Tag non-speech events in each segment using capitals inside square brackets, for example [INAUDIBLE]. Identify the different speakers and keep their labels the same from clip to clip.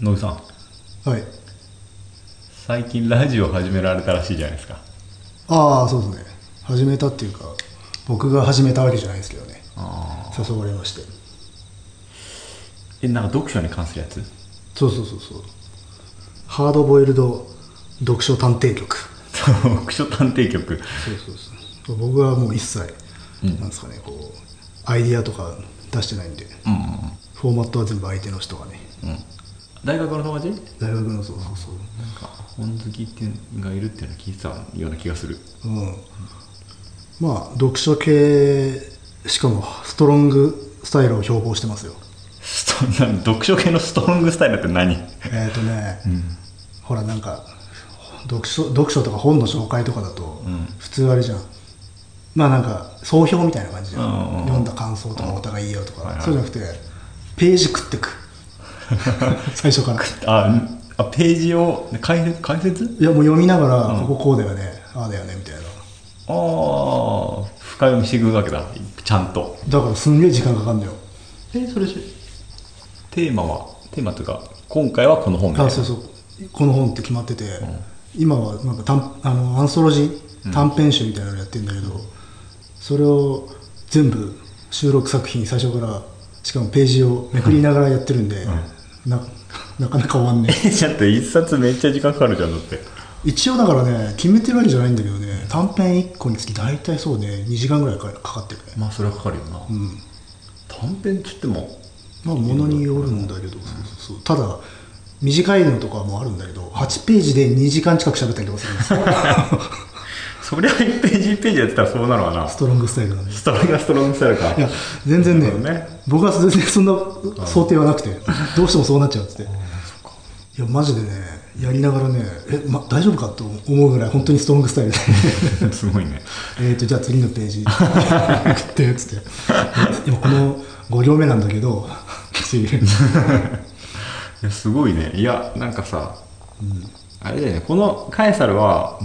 Speaker 1: 野木さん
Speaker 2: はい
Speaker 1: 最近ラジオ始められたらしいじゃないですか
Speaker 2: ああそうですね始めたっていうか僕が始めたわけじゃないですけどね誘われまして
Speaker 1: えなんか読書に関するやつ
Speaker 2: そうそうそうそうハードボイルド読書探偵局
Speaker 1: 読書探偵局
Speaker 2: そうそうそう僕はもう一切、なんですかねこうアイディアとか出してないんで、
Speaker 1: うん
Speaker 2: フォーマットは全部相手の人がね
Speaker 1: うん大学の友達なん
Speaker 2: 大学のそうそうそう
Speaker 1: か本好きっていうのがいるっていうのは聞いてたような気がする
Speaker 2: うん、まあ読書系しかもストロングスタイルを標榜してますよ
Speaker 1: ストなん読書系のストロングスタイルって何
Speaker 2: えっ、とね、ほらなんか読書読書とか本の紹介とかだと普通あれじゃん、まあなんか総評みたいな感じじゃ
Speaker 1: うんうんうん
Speaker 2: ん読んだ感想とかお互い言い合うと
Speaker 1: はいは
Speaker 2: か
Speaker 1: い
Speaker 2: そうじゃなくてページ食ってく
Speaker 1: [LAUGHS]
Speaker 2: 最初からい
Speaker 1: ああページを解説解説
Speaker 2: やもう読みながら、こここうだよねああだよねみたいな
Speaker 1: ああ深読みしていくわけだちゃんと
Speaker 2: だからすんげえ時間かかるんだよ
Speaker 1: えそれしテーマはテーマというか今回はこの本みたい
Speaker 2: あ
Speaker 1: な
Speaker 2: そうそうこの本って決まってて、今はなんか短あのアンソロジー短編集みたいなのやってるんだけど、それを全部収録作品最初からしかもページをめくりながらやってるんで、ななかなか終わんねえ
Speaker 1: ちょっと一冊めっちゃ時間かかるじゃんだって
Speaker 2: 一応だからね決めてるわけじゃないんだけどね短編1個につき大体そうね2時間ぐらいかかってるね
Speaker 1: まあそれはかかるよな、
Speaker 2: うん
Speaker 1: 短編っつっても
Speaker 2: まあものによるんだけど、そうそうそうただ短いのとかもあるんだけど8ページで2時間近く喋ったりとかするん [LAUGHS] ですよ
Speaker 1: そりゃ1ページ1ページやってたらそうなのはな
Speaker 2: ストロングスタイルなんで
Speaker 1: ストロングがストロングスタイルか
Speaker 2: いや全然ね
Speaker 1: なるほどね
Speaker 2: 僕は全然そんな想定はなくてどうしてもそうなっちゃうっつっていやマジでねやりながらねえ、ま、大丈夫かと思うぐらい本当にストロングスタ
Speaker 1: [LAUGHS]
Speaker 2: イルで
Speaker 1: すごいね
Speaker 2: えっとじゃあ次のページ食ってっつって今この5行目なんだけ
Speaker 1: [LAUGHS]
Speaker 2: ど
Speaker 1: いやすごいねいやなんかさ、あれだよねこのカエサルは、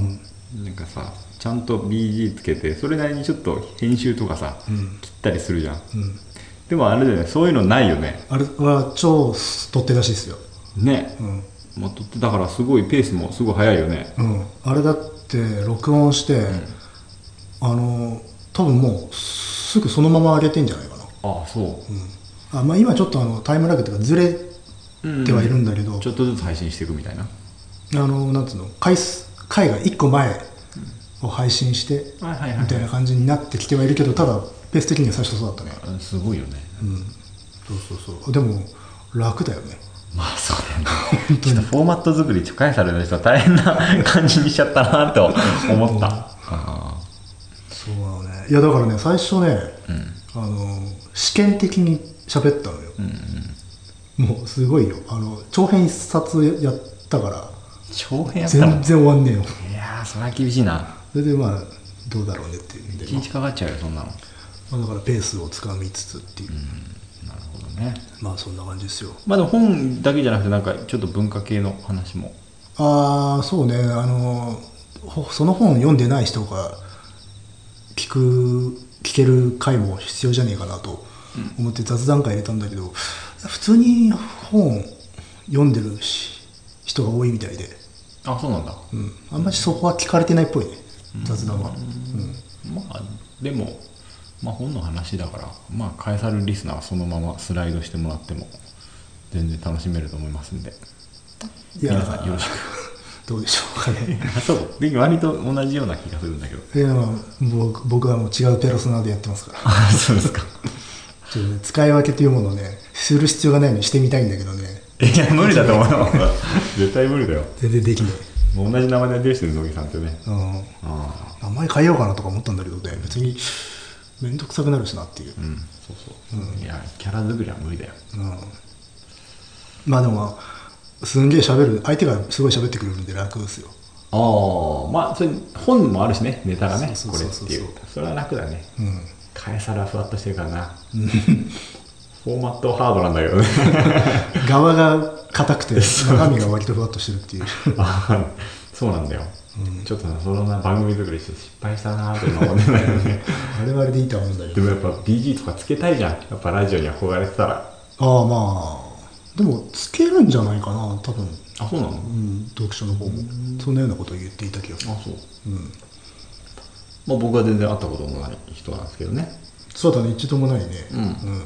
Speaker 1: なんかさちゃんと BG つけてそれなりにちょっと編集とかさ、切ったりするじゃん、
Speaker 2: ん
Speaker 1: でもあれだよねそういうのないよね
Speaker 2: あれは超取って出しですよ
Speaker 1: ね、
Speaker 2: うん、
Speaker 1: まあ、とってだからすごいペースもすごい早いよね
Speaker 2: うん、あれだって録音して、あの多分もうすぐそのまま上げてんじゃないかな
Speaker 1: ああそ
Speaker 2: あまあ、今ちょっとあのタイムラグというかずれ
Speaker 1: う、
Speaker 2: てはいるんだけど、
Speaker 1: ちょっとずつ配信していくみたいな
Speaker 2: あのなんつうの回数回が1個前を配信して
Speaker 1: はいはいはい
Speaker 2: みたいな感じになってきてはいるけどただペース的には最初そうだったね
Speaker 1: うんすごいよね、
Speaker 2: そうそうそうでも楽だよね
Speaker 1: まあそうだよね [LAUGHS] ちょっとフォーマット作りカエサルの人は大変な感じにしちゃったなと [LAUGHS] 思ったああ
Speaker 2: そうなのねいやだからね最初ね、あの試験的に喋ったのよ、もうすごいよあの長編一冊やったから
Speaker 1: 長編やった
Speaker 2: 全
Speaker 1: もん
Speaker 2: 然終わんねえよ
Speaker 1: いやーそれは厳しいな
Speaker 2: それでまあどうだろうねっていうんで
Speaker 1: 一日かかっちゃうよそんなのな
Speaker 2: まあ、だからペースをつかみつつっていう、
Speaker 1: るほどね
Speaker 2: まあそんな感じですよ
Speaker 1: まあでも本だけじゃなくてなんかちょっと文化系の話も
Speaker 2: ああそうねあのほその本読んでない人が聞く聞ける回も必要じゃねえかなと思って雑談会入れたんだけど、普通に本読んでるし人が多いみたいで、
Speaker 1: あそうなんだ
Speaker 2: うん、あんまりそこは聞かれてないっぽいね雑談は、うん
Speaker 1: まあでもまあ本の話だからまあカエサルリスナーはそのままスライドしてもらっても全然楽しめると思いますんで
Speaker 2: いや
Speaker 1: 皆さんよろしく
Speaker 2: [LAUGHS] どうでしょうかね [LAUGHS]
Speaker 1: あ [LAUGHS] そうで割と同じような気がするんだけど
Speaker 2: いやまあ僕僕はもう違うペルソナでやってますから
Speaker 1: [LAUGHS] あそうですか
Speaker 2: ちょっとね、使い分けというものをね、する必要がないようにしてみたいんだけどね、
Speaker 1: [LAUGHS] いや無理だと思うよ [LAUGHS] 絶対無理だよ
Speaker 2: 全然できない。
Speaker 1: もう同じ名前で出してる乃木さんってね
Speaker 2: うん。
Speaker 1: あ
Speaker 2: 名前変えようかなとか思ったんだけどね、別に、めんどくさくなるしなっていう。
Speaker 1: あうんそうそう、いやキャラ作りは無理だよ
Speaker 2: うん。まあでも、すんげえ喋る、相手がすごい喋ってくれるんで楽ですよ。
Speaker 1: ああまあそれ本もあるしねネタがね
Speaker 2: そう
Speaker 1: こ
Speaker 2: そう
Speaker 1: れ
Speaker 2: そう
Speaker 1: って
Speaker 2: そう
Speaker 1: いうそれは楽だね
Speaker 2: うん。
Speaker 1: 返さらふわっとしてるから [LAUGHS] なフォーマットハードなんだけ [LAUGHS] どね
Speaker 2: 側が硬
Speaker 1: [LAUGHS]
Speaker 2: くて、中身が割とふわっとしてるっていう。
Speaker 1: ああそうなんだよ、ちょっとなそんな番組作りして失敗したなーっていうのは思ってないよね
Speaker 2: あれはあれでいいとは思うんだけ
Speaker 1: で
Speaker 2: ど。
Speaker 1: もやっぱ BG とかつけたいじゃんやっぱラジオに憧れてたら
Speaker 2: ああまあ、でもつけるんじゃないかな多分、
Speaker 1: あそうなの
Speaker 2: うん、読書の方もそんなようなことを言っていた気がする
Speaker 1: あそう
Speaker 2: うん
Speaker 1: まあ僕は全然会ったこともない人なんですけどね
Speaker 2: そうだね一度もないね
Speaker 1: うん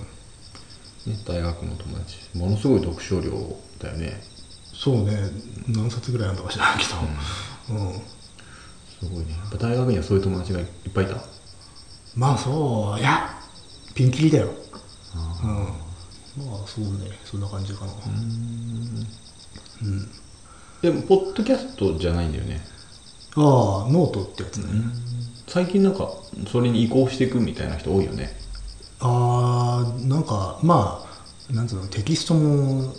Speaker 1: ね大学の友達ものすごい読書量だよね
Speaker 2: そうね何冊ぐらいあんだか知らないけど、うん
Speaker 1: すごいねやっぱ大学にはそういう友達がいっぱいいた
Speaker 2: まあそういやピンキリだようんまあそうねそんな感じかな
Speaker 1: でもポッドキャストじゃないんだよね
Speaker 2: ああノートってやつね、
Speaker 1: 最近なんかそれに移行していくみたいな人多いよね
Speaker 2: ああなんかまあなんつうのテキストも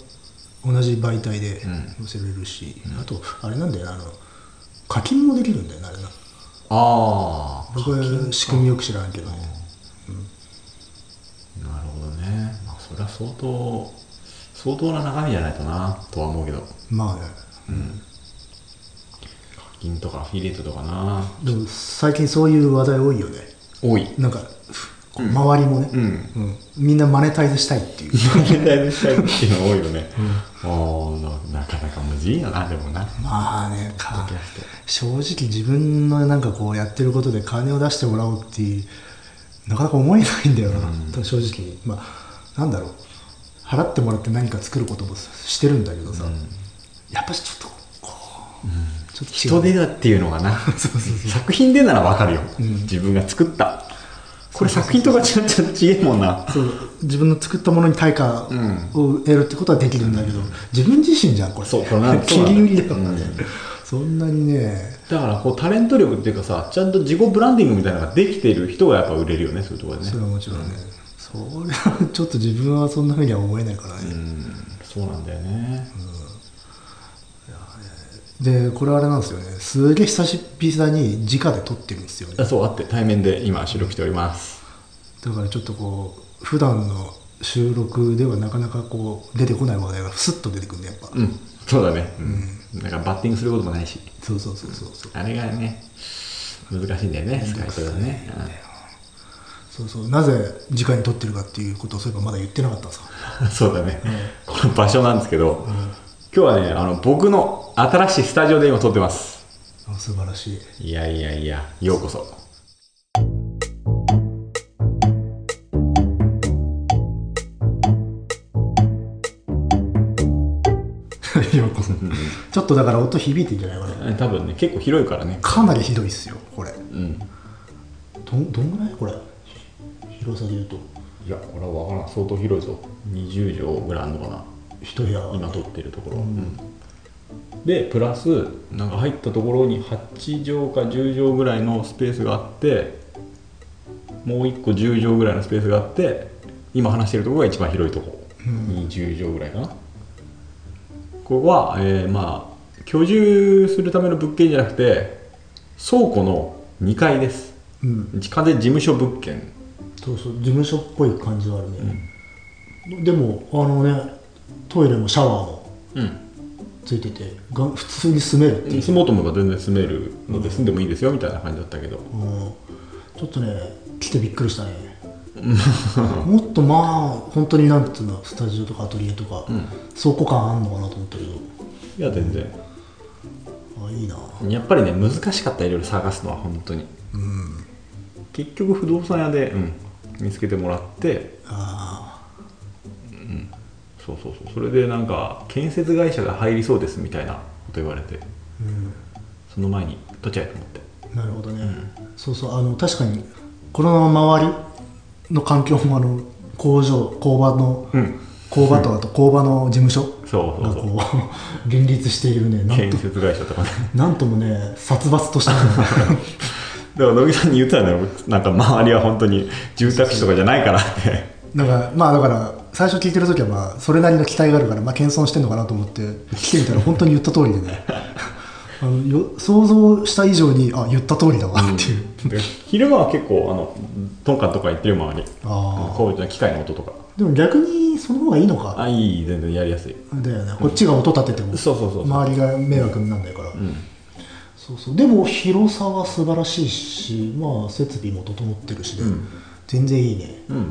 Speaker 2: 同じ媒体で載せれるし、あとあれなんだよなあの課金もできるんだよなあれな
Speaker 1: ああ
Speaker 2: 僕は仕組みよく知らんけどね
Speaker 1: なるほどねまあそれは相当相当な中身じゃないとなとは思うけど
Speaker 2: まあね
Speaker 1: 課金とかアフィリエイトとかな
Speaker 2: でも最近そういう話題多いよね
Speaker 1: 多い
Speaker 2: なんかこう周りもね、
Speaker 1: うん
Speaker 2: うんみんなマネタイズしたいっていう
Speaker 1: 現代のしたいっていうの多いよね、ああななかなか無人やなでもな
Speaker 2: まあねか
Speaker 1: キャスト
Speaker 2: 正直自分のなんかこうやってることで金を出してもらおうっていうなかなか思えないんだよな、と正直まあなんだろう払ってもらって何か作ることもしてるんだけどさ、やっぱしちょっとこう、ちょっと
Speaker 1: 人手
Speaker 2: 違う
Speaker 1: だっていうのがな作品でならわかるよ、自分が作ったこれ作品とかちょっと違えもんな
Speaker 2: そう自分の作ったものに対価を得るってことはできるんだけど、自分自身じゃんこれ
Speaker 1: そうこれな
Speaker 2: [LAUGHS] 切り売りだからね、
Speaker 1: うん
Speaker 2: そんなにね
Speaker 1: だからこうタレント力っていうかさちゃんと自己ブランディングみたいなのができてる人がやっぱ売れるよねそういうところでね
Speaker 2: それはもちろんね、それはちょっと自分はそんなふうには思えないからね、
Speaker 1: うんそうなんだよね、
Speaker 2: でこれあれなんですよねすげえ久しぶりに直で撮ってるんですよね
Speaker 1: あそうあって対面で今収録しております
Speaker 2: だからちょっとこう普段の収録ではなかなかこう出てこない話題がスッと出てくるんでやっぱ、
Speaker 1: うんそうだねうん、なんかバッティングすることもないし
Speaker 2: そうそうそうそうそう
Speaker 1: あれがね難しいんだよねスカイプがね
Speaker 2: そうそうなぜ直に撮ってるかっていうことをそういえばまだ言ってなかったんですか
Speaker 1: うん [LAUGHS] そうだね、この場所なんですけど、今日はねあの僕の新しいスタジオで今撮ってます
Speaker 2: あ素晴らしい
Speaker 1: いやいやいやようこそ
Speaker 2: [LAUGHS] ようこそちょっとだから音響いてんじゃないかな
Speaker 1: 多分ね結構広いからね
Speaker 2: かなりひどいっすよこれ
Speaker 1: うん
Speaker 2: どんどんぐらいこれ広さで言うと
Speaker 1: いやこれは分からん相当広いぞ20畳ぐらいあるのかな
Speaker 2: 一部屋
Speaker 1: 今撮ってるところ、うんでプラスなんか入ったところに8畳か10畳ぐらいのスペースがあってもう1個10畳ぐらいのスペースがあって今話してるところが一番広いとこ、20畳ぐらいかなここは、えーまあ居住するための物件じゃなくて倉庫の2階です
Speaker 2: うん
Speaker 1: 完全に事務所物件
Speaker 2: そうそう事務所っぽい感じはあるね、でもあのねトイレもシャワーも
Speaker 1: うん
Speaker 2: ついててが普通に住めるっていう、
Speaker 1: 住もうと思えば全然住めるので住んでもいいですよみたいな感じだったけど
Speaker 2: うんちょっとね来てびっくりしたねもっとまあ本当になんていうのスタジオとかアトリエとか、倉庫感あんのかなと思ったけど
Speaker 1: いや全然
Speaker 2: あいいな
Speaker 1: やっぱりね難しかったいろいろ探すのは本当に、結局不動産屋で、うん見つけてもらって
Speaker 2: あ
Speaker 1: そうそうそうそれでなんか建設会社が入りそうですみたいなこと言われて
Speaker 2: ーうん
Speaker 1: その前に取っちゃえと思って
Speaker 2: なるほどね、そうそうあの確かにコロナの周りの環境もあの工場工場の、
Speaker 1: うん
Speaker 2: 工場とあと工場の事務所
Speaker 1: そうそ
Speaker 2: が
Speaker 1: うそう
Speaker 2: こう [LAUGHS] 連立しているねなん
Speaker 1: 建
Speaker 2: と
Speaker 1: 設会社とかね [LAUGHS]
Speaker 2: なんともね殺伐とした
Speaker 1: だから乃木さんに言ったのよなんか周りは本当に住宅地とかじゃないからって
Speaker 2: [LAUGHS] なんかまあだから最初聞いてる時はまあそれなりの期待があるからまあ謙遜してんのかなと思って来てみたら本当に言った通りでね [LAUGHS] あのよ想像した以上にあ言った通りだわっていう、
Speaker 1: で昼間は結構あのトンカンとか行ってる周り
Speaker 2: あ
Speaker 1: こういう機械の音とか
Speaker 2: でも逆にその方がいいのか
Speaker 1: あいい全然やりやすい
Speaker 2: だよねこっちが音立てても、
Speaker 1: そうそうそうそう
Speaker 2: 周りが迷惑にならないから、
Speaker 1: ん
Speaker 2: そうそうでも広さは素晴らしいし、まあ、設備も整ってるしで,、全然いいね
Speaker 1: うん、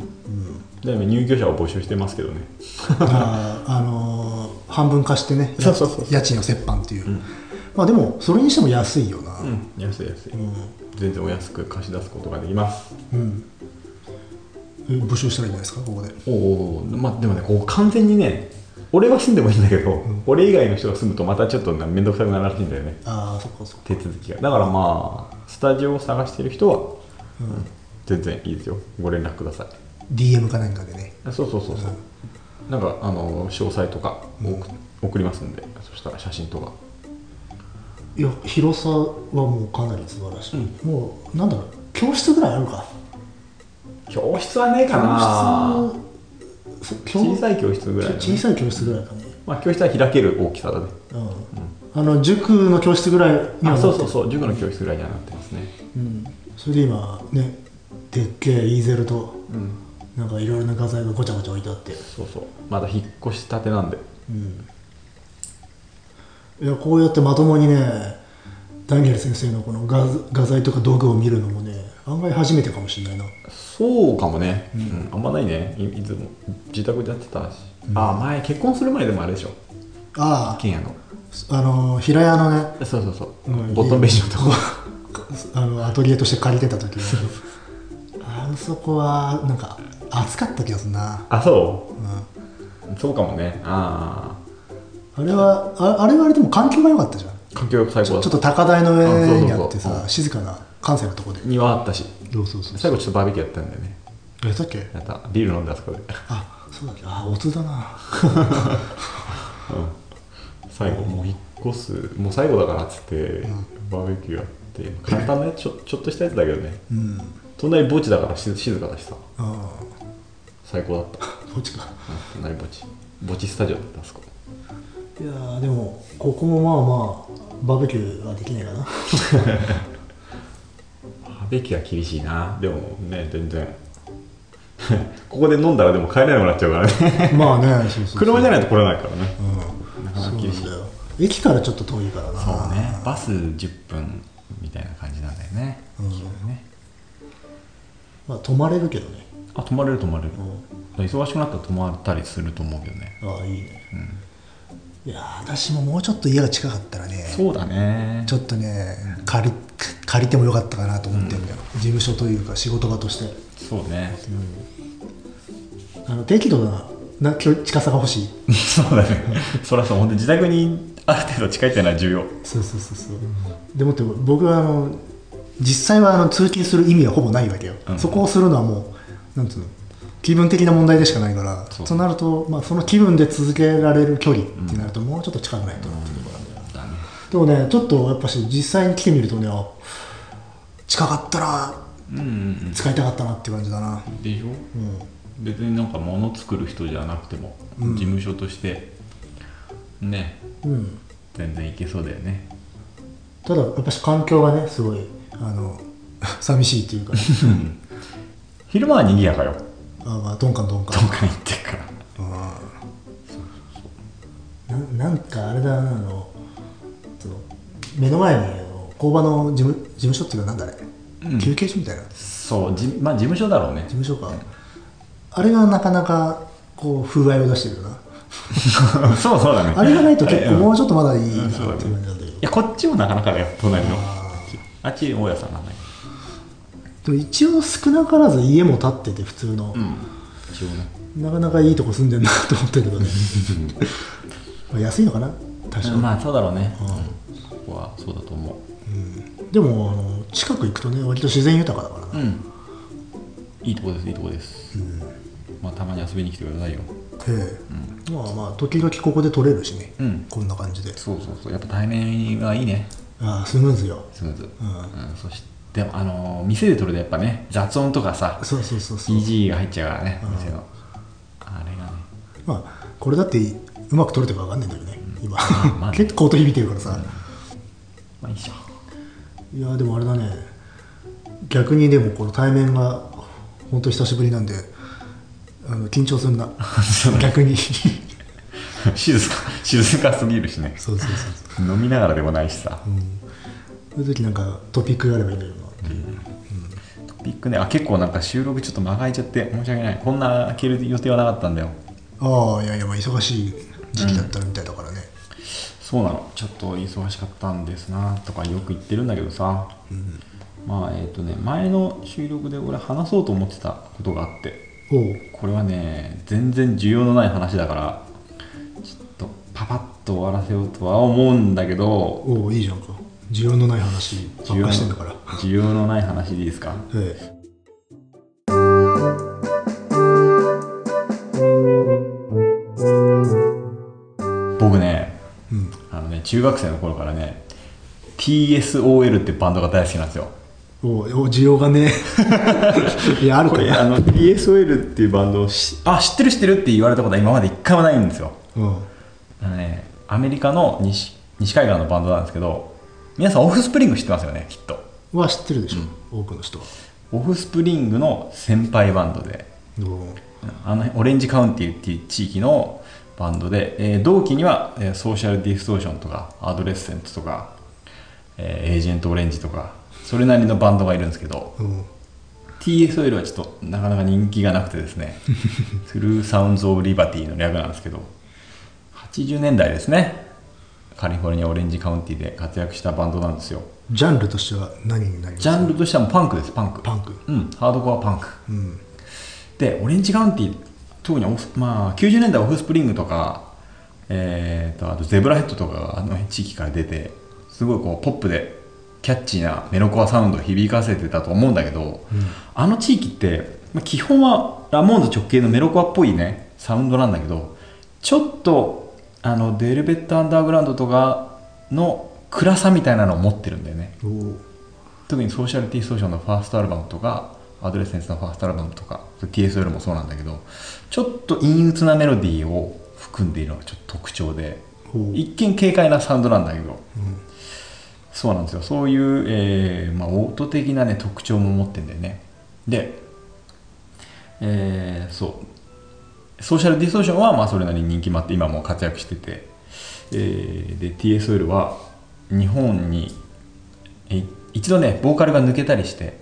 Speaker 1: で今入居者を募集してますけどね
Speaker 2: [LAUGHS] あーあのー半分貸してね
Speaker 1: そうそうそう
Speaker 2: 家賃を折半っていう、まあでもそれにしても安いよな、
Speaker 1: うん安い安い、
Speaker 2: うん
Speaker 1: 全然お安く貸し出すことができます
Speaker 2: うん、え募集したらいいんじゃないですかここで
Speaker 1: おおまあでもねこう完全にね俺は住んでもいいんだけど、俺以外の人が住むとまたちょっとな面倒くさくなるらしいんだよね
Speaker 2: ああそっかそっか
Speaker 1: 手続きがだからまあスタジオを探してる人は、うん全然いいですよご連絡ください
Speaker 2: DM かなんかでね
Speaker 1: あそうそうそうそう、なんかあの詳細とか送,、送りますんでそしたら写真とか
Speaker 2: いや広さはもうかなり素晴らしい、もうなんだろう教室ぐらいあるか
Speaker 1: 教室はねえかな
Speaker 2: 教室そ教
Speaker 1: 小さい教室ぐらいのね、
Speaker 2: 小さい教室ぐらいかね、
Speaker 1: まあ、教室は開ける大きさだね
Speaker 2: うんあの塾の教室ぐらいには
Speaker 1: あ
Speaker 2: なって
Speaker 1: そ
Speaker 2: る
Speaker 1: うそうそう塾の教室ぐらいにはなってますね
Speaker 2: うん、それで今ねでっけえ E0 と
Speaker 1: うん
Speaker 2: なんかいろいろな画材がごちゃごちゃ置いてあって、
Speaker 1: そうそうまだ引っ越したてなんで
Speaker 2: いやこうやってまともにねダニエル先生のこの画画材とか道具を見るのもね案外初めてかもしれないな
Speaker 1: そうかもね、うんあんまないねいいつも自宅でやってたし、あ前結婚する前でもあれでしょ
Speaker 2: あ
Speaker 1: 県やの
Speaker 2: ああの平屋のね
Speaker 1: そうそうそう、
Speaker 2: うん
Speaker 1: ボットンベンチのとこ
Speaker 2: [LAUGHS] あのアトリエとして借りてた時にあそこはなんか暑かった気がするな、
Speaker 1: [LAUGHS] あそ
Speaker 2: うん、あ
Speaker 1: うそうかもねあ
Speaker 2: れはああれはあれでも環境が良かったじゃん
Speaker 1: あ環境最
Speaker 2: ち
Speaker 1: 高だ
Speaker 2: ょ
Speaker 1: っ
Speaker 2: ちょ
Speaker 1: た
Speaker 2: っと高台の
Speaker 1: あそうそう
Speaker 2: 上
Speaker 1: そう
Speaker 2: にあって
Speaker 1: う
Speaker 2: さ
Speaker 1: ん
Speaker 2: 静かな閑静なとこで
Speaker 1: 庭あったし
Speaker 2: そうそうそう
Speaker 1: 最後ちょっとバーベキューやったんだよね
Speaker 2: やったっけ
Speaker 1: やったビール飲んだあそこで
Speaker 2: あそうだっけあおつだな [LAUGHS]
Speaker 1: 最後もう引っ越すもう最後だからっつって、バーベキューやって簡単なやつちょちょっとしたやつだけどね
Speaker 2: うん
Speaker 1: 隣墓地だからし静かだしさ
Speaker 2: あ
Speaker 1: 最高だった
Speaker 2: あこっちか
Speaker 1: うん隣墓地墓地スタジオだったあそこ
Speaker 2: いやーでもここもまあまあバーベキューはできな
Speaker 1: [LAUGHS]
Speaker 2: いかな
Speaker 1: バーベキューは厳しいなでもね全然 [LAUGHS] ここで飲んだらでも帰れなくなっちゃうから
Speaker 2: [LAUGHS]
Speaker 1: ね
Speaker 2: まあねそうそうそう
Speaker 1: 車じゃ
Speaker 2: ない、
Speaker 1: ないと来れないからね
Speaker 2: うん、
Speaker 1: なか
Speaker 2: そ
Speaker 1: な
Speaker 2: う
Speaker 1: か
Speaker 2: なん
Speaker 1: 厳しい
Speaker 2: だよ駅からちょっと遠いからな
Speaker 1: そうねバス10分みたいな感じなんだよね,、
Speaker 2: うん
Speaker 1: ね
Speaker 2: まあ泊まれるけどね
Speaker 1: あ泊まれる泊まれる、
Speaker 2: ん
Speaker 1: 忙しくなったら泊まったりすると思うけどね
Speaker 2: ああいいね、いやー私ももうちょっと家が近かったらね
Speaker 1: そうだね
Speaker 2: ちょっとね借り借りてもよかったかなと思ってんだよ、事務所というか仕事場として
Speaker 1: そうね
Speaker 2: あの適度なな距離近さが欲しい
Speaker 1: そうだねそらそうほんで自宅にある程度近いっていうのは重要
Speaker 2: そうそうそうそう、でもって僕はあの実際はあの通勤する意味はほぼないわけよ、
Speaker 1: うん
Speaker 2: そこをするのはもうなんつうの気分的な問題でしかないから
Speaker 1: そう
Speaker 2: となると、まあ、その気分で続けられる距離ってなるともうちょっと近くないとなってところなんだよ
Speaker 1: だね
Speaker 2: でもねちょっとやっぱし実際に来てみるとねあ近かったら
Speaker 1: うんうんうん
Speaker 2: 使いたかったなって感じだな
Speaker 1: でしょ
Speaker 2: うん
Speaker 1: 別になんか物作る人じゃなくても、事務所としてね
Speaker 2: うん
Speaker 1: 全然いけそうだよね
Speaker 2: ただやっぱし環境がねすごいあの [LAUGHS] 寂しいってい
Speaker 1: [LAUGHS]
Speaker 2: うか、ね、
Speaker 1: 昼間は賑やかよ
Speaker 2: あまあ鈍感鈍
Speaker 1: ど
Speaker 2: 感
Speaker 1: っか行ってっから
Speaker 2: ななんかあれだなあのその目の前にあの工場の事務事務所っていうかなんだあれ、
Speaker 1: うん
Speaker 2: 休憩所みたいな事
Speaker 1: そうじまあ事務所だろうね
Speaker 2: 務所か、あれがなかなかこう風合いを出してるよ
Speaker 1: [LAUGHS]
Speaker 2: な
Speaker 1: そうそうだね
Speaker 2: あれがないと結構
Speaker 1: うん
Speaker 2: も
Speaker 1: いう
Speaker 2: ちょっとまだいいなって
Speaker 1: そうだね
Speaker 2: いう感じなんだけど
Speaker 1: やこっちもなかなかだよ隣の
Speaker 2: あ
Speaker 1: あっち大家さんなんだ
Speaker 2: でも一応少なからず家も建ってて普通の
Speaker 1: けど、、一応ね
Speaker 2: なかなかいいとこ住んでんなと思ってるけ
Speaker 1: [LAUGHS]
Speaker 2: どねまあ安いのかな多少、
Speaker 1: まあそうだろうね、うんここはそうだと思
Speaker 2: でもあの近く行くとね割と自然豊かだからな
Speaker 1: ううんいいとこですいいとこです、まあたまに遊びに来てくださいよ
Speaker 2: ええまあまあ時々ここで取れるしね、
Speaker 1: うん
Speaker 2: こんな感じで
Speaker 1: そうそうそうやっぱ対面がいいね
Speaker 2: ああスムーズよ
Speaker 1: スムーズ、
Speaker 2: ん
Speaker 1: うんそしてでもあのー店で撮るとやっぱね雑音とかさ
Speaker 2: そうそうそうそう、
Speaker 1: EG が入っちゃうからね店のあれがね
Speaker 2: まあ、これだってうまく取れてるか分かんないんだけどね今、
Speaker 1: まあね
Speaker 2: [LAUGHS] 結構音響いてるからさ、
Speaker 1: まあいいっしょ [LAUGHS]
Speaker 2: いやでもあれだね逆にでもこの対面が本当久しぶりなんであの緊張するな
Speaker 1: [LAUGHS]
Speaker 2: 逆にそ
Speaker 1: 静か静かすぎるしね
Speaker 2: うそうそうそう
Speaker 1: 飲みながらでもないしさ、
Speaker 2: そういう時なんかトピックがあればいいんだけどな
Speaker 1: トピピックねあ結構なんか収録ちょっと間が空いちゃって申し訳ないこんな開ける予定はなかったんだよ
Speaker 2: ああいやいやまあ忙しい時期だったみたいだからね、
Speaker 1: そうなのちょっと忙しかったんですなとかよく言ってるんだけどさ、まあえっ、とね前の収録で俺話そうと思ってたことがあって
Speaker 2: おう
Speaker 1: これはね全然需要のない話だからちょっとパパッと終わらせようとは思うんだけど
Speaker 2: おういいじゃんか需要のない話ばっかしてんだから
Speaker 1: 需要のない話でいいですか
Speaker 2: ええ
Speaker 1: 僕ね
Speaker 2: うん
Speaker 1: あのね中学生の頃からね TSOL ってバンドが大好きなんですよ
Speaker 2: おうお需要がね [LAUGHS] いやある
Speaker 1: こ
Speaker 2: か
Speaker 1: れ
Speaker 2: ら
Speaker 1: あの TSOL っていうバンドをしあ知ってる知ってるって言われたことは今まで一回もないんですよ
Speaker 2: うん
Speaker 1: あのねアメリカの西西海岸のバンドなんですけど皆さんオフスプリング知ってますよねきっと
Speaker 2: は知ってるでしょ、多くの人は
Speaker 1: オフスプリングの先輩バンドで
Speaker 2: おう
Speaker 1: あのオレンジカウンティっていう地域のバンドで、えー同期には、えーソーシャルディストーションとかアドレッセントとか、えーエージェントオレンジとかそれなりのバンドがいるんですけど
Speaker 2: うん、
Speaker 1: TSOL はちょっとなかなか人気がなくてですね
Speaker 2: [LAUGHS]
Speaker 1: Through Sounds of Liberty の略なんですけど80年代ですねカリフォルニアオレンジカウンティで活躍したバンドなんですよ
Speaker 2: ジャンルとしては何になります
Speaker 1: ジャンルとしてはもうパンクですパンク
Speaker 2: パンク
Speaker 1: うんハードコアパンク
Speaker 2: うん
Speaker 1: でオレンジカウンティ特にオフ、まあ、90年代オフスプリングとか、えー、とあとゼブラヘッドとかがあの地域から出てすごいこうポップでキャッチーなメロコアサウンドを響かせてたと思うんだけど、あの地域って、まあ、基本はラモーンズ直系のメロコアっぽいねサウンドなんだけどちょっとあのデルベット・アンダーグラウンドとかの暗さみたいなのを持ってるんだよね
Speaker 2: おう
Speaker 1: 特にソーシャルティ・ソーションのファーストアルバムとかアドレセンスのファーストアルバムとか TSL もそうなんだけどちょっと陰鬱なメロディーを含んでいるのがちょっと特徴で
Speaker 2: おう
Speaker 1: 一見軽快なサウンドなんだけど
Speaker 2: うん
Speaker 1: そうなんですよそういう、えーまあ、音的な、ね、特徴も持ってんだよねで、えーそうソーシャルディストーションはまあそれなりに人気もあって今も活躍してて、えーで TSOL は日本にえー一度ねボーカルが抜けたりして、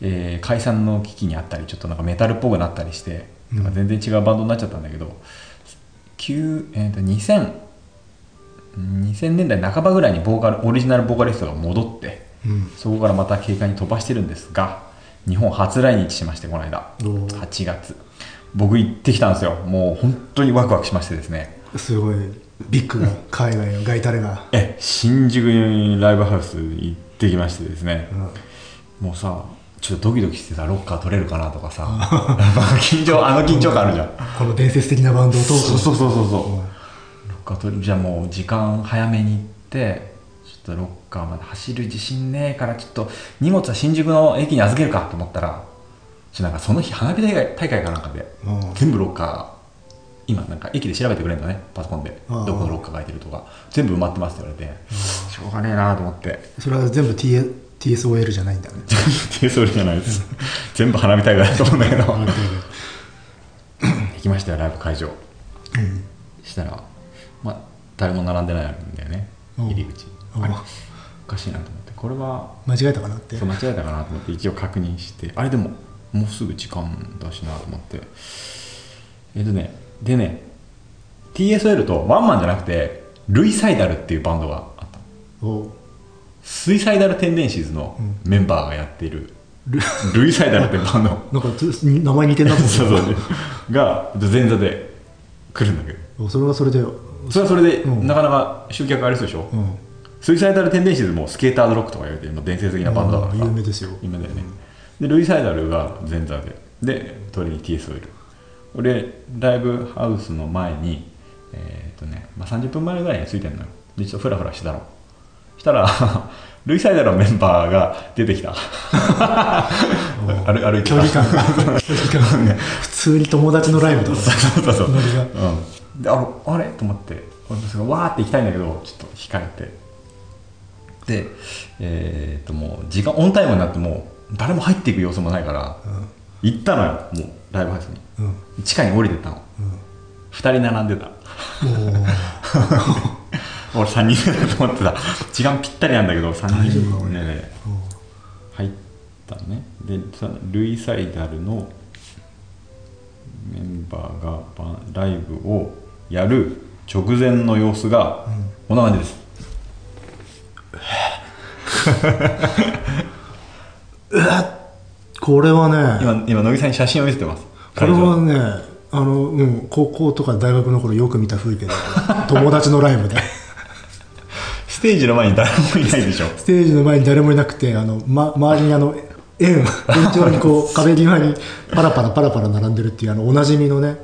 Speaker 1: えー解散の危機にあったりちょっとなんかメタルっぽくなったりして、なんか全然違うバンドになっちゃったんだけど、9えー、と2000 2000年代半ばぐらいにボーカルオリジナルボーカリストが戻って
Speaker 2: うん
Speaker 1: そこからまた警戒に飛ばしてるんですが日本初来日しましてこの間
Speaker 2: おう
Speaker 1: 8月僕行ってきたんですよもう本当にワクワクしましてですね
Speaker 2: すごいビッグな海外のガイタレが、
Speaker 1: え新宿にライブハウス行ってきましてですね
Speaker 2: うん、
Speaker 1: もうさちょっとドキドキしてさロッカー取れるかなとかさ緊張あの緊張感あるじゃん
Speaker 2: この伝説的なバンドを通
Speaker 1: そうそううそうそうそう
Speaker 2: うん
Speaker 1: ロッカー取りじゃあもう時間早めに行ってちょっとロッカーまで走る自信ねえからちょっと荷物は新宿の駅に預けるかと思ったらちょっとなんかその日花火大会大会かなんかで
Speaker 2: うん
Speaker 1: 全部ロッカー今なんか駅で調べてくれるのねパソコンで
Speaker 2: ああ
Speaker 1: どこのロッカーが空いてるとか全部埋まってますって言われてしょうがねえなと思って [LAUGHS]
Speaker 2: それは全部、T、TSOL じゃないんだね
Speaker 1: 手それじゃないです全部花火大会だと思うんだけど
Speaker 2: ある程
Speaker 1: 行きましたよライブ会場
Speaker 2: 度
Speaker 1: したら、まあ、誰も並んでないんだよね
Speaker 2: うん
Speaker 1: 入り口
Speaker 2: うん
Speaker 1: あれおかしいなと思ってこれは
Speaker 2: 間違えたかなって
Speaker 1: そう間違えたかなと思って一応確認してあれでももうすぐ時間だしなと思ってえっとねでね TSL とワンマンじゃなくてルイサイダルっていうバンドがあった
Speaker 2: おう
Speaker 1: スイサイダルテンデンシーズのメンバーがやっている、
Speaker 2: ル
Speaker 1: ルイサイダルっていうバンド
Speaker 2: なんかつ名前似てんなと思
Speaker 1: [LAUGHS] そう
Speaker 2: っ
Speaker 1: そうが前座で来るんだけど
Speaker 2: たそれはそれでうん
Speaker 1: それはそれで
Speaker 2: うん
Speaker 1: なかなか集客ありそうでしょ、スイサイダル・テンデンシーズもスケーターズ・ロックとか言われてもう伝説的なバンドだからさ
Speaker 2: うん有名ですよ
Speaker 1: 有名だよねでルイ・サイダルが前座ででトリニティ・ソイル俺ライブハウスの前にえーっとね、まあ、30分前ぐらいに着いてんのよでちょっとフラフラしてたのしたら [LAUGHS] ルイ・サイダルのメンバーが出てきた [LAUGHS] 歩歩いて
Speaker 2: 距
Speaker 1: た
Speaker 2: 離感が距離感が [LAUGHS] 普通に友達のライブとか
Speaker 1: そうそうそう
Speaker 2: ノリが
Speaker 1: うん、であれあれと思って俺もすごいわーって行きたいんだけどちょっと控えてでえーっともう時間オンタイムになってもう誰も入っていく様子もないから、行ったのよもうライブハウスに
Speaker 2: うん
Speaker 1: 地下に降りてったの2人並んでた
Speaker 2: うんも
Speaker 1: 俺
Speaker 2: う
Speaker 1: 3人だと思ってた時間ぴったりなんだけど3
Speaker 2: 大丈夫
Speaker 1: 人
Speaker 2: か俺
Speaker 1: ね入っったのねでさルイサイダルのメンバーがバライブをやる直前の様子がこんな感じです、
Speaker 2: これはね
Speaker 1: 今今乃木さんに写真を見せてます
Speaker 2: これ
Speaker 1: 会場
Speaker 2: はねあの、うん、高校とか大学の頃よく見た風景だった友達のライブで
Speaker 1: [LAUGHS] ステージの前に誰もいないでしょ
Speaker 2: ステージの前に誰もいなくてあの、ま、周りにあの円円状にこ
Speaker 1: [LAUGHS]
Speaker 2: う壁際にパラパラパラパラ並んでるっていうあのおなじみのね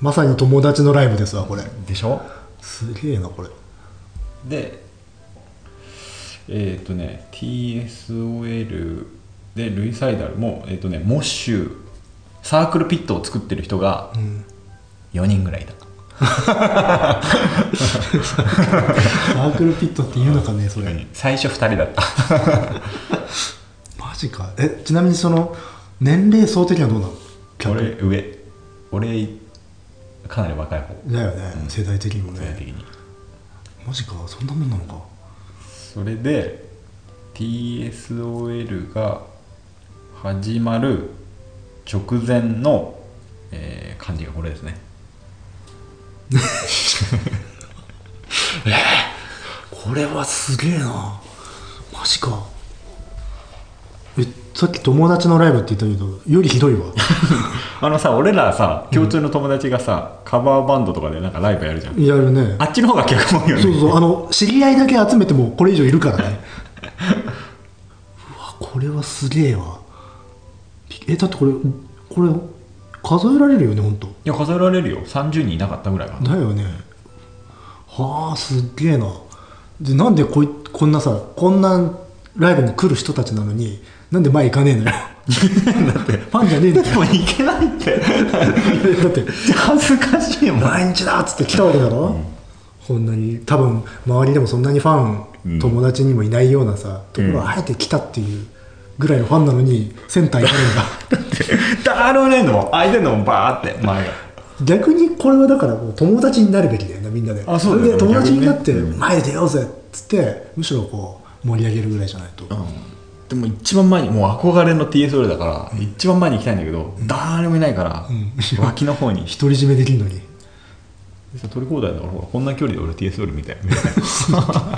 Speaker 2: まさに友達のライブですわこれ
Speaker 1: でしょ
Speaker 2: すげえなこれ
Speaker 1: でえっ、とね TSOL でルイサイダルもえっ、とねモッシュサークルピットを作ってる人が4人ぐらいいた、
Speaker 2: サークルピットって言うのかねそれ
Speaker 1: 最初2人だった
Speaker 2: マジかえちなみにその年齢層的にはどうなの客
Speaker 1: 俺上俺かなり若い方
Speaker 2: だよね、世代的にも
Speaker 1: 世代的
Speaker 2: ね
Speaker 1: に
Speaker 2: マジかそんなもんなのか
Speaker 1: それで TSOL が始まる直前の、えー、漢字がこれですね
Speaker 2: これはすげえなマジかえさっき友達のライブって言ったけどよりひど [LAUGHS] いわ
Speaker 1: あのさ俺らさ共通の友達がさ、カバーバンドとかでなんかライブやるじゃん
Speaker 2: やるね
Speaker 1: あっちの方が客もいいよね
Speaker 2: そうそうあの知り合いだけ集めてもこれ以上いるからね [LAUGHS] うわこれはすげえわびえだってこれこれ数えられるよね本当
Speaker 1: いや数えられるよ30人いなかったぐらいかな
Speaker 2: だよねはあすっげえなでなんでこいこんなさこんなライブに来る人たちなのになんで前行かねえのよ [LAUGHS] だってファンじゃねえんだよ [LAUGHS]
Speaker 1: でもいけないって
Speaker 2: だって
Speaker 1: 恥ずかしいもん
Speaker 2: 毎日だっつって来たわけだろ、こんなに多分周りでもそんなにファン、
Speaker 1: うん
Speaker 2: 友達にもいないようなさところはあえて来たっていうぐらいのファンなのにセンター行かねえんだ [LAUGHS]
Speaker 1: 誰もいないのも空いてんのもバーって前が
Speaker 2: 逆にこれはだからもう友達になるべきだよねみんなで
Speaker 1: あそうだよね
Speaker 2: れで友達になって
Speaker 1: 逆にねう
Speaker 2: 前出ようぜっつってむしろこう盛り上げるぐらいじゃないと、
Speaker 1: でも一番前にもう憧れの TSL だから、一番前に行きたいんだけど、誰もいないから、
Speaker 2: うん
Speaker 1: 脇の方に
Speaker 2: 独り占めできるのに
Speaker 1: さ取り放題だからほらこんな距離で俺 TSL みたいな [LAUGHS]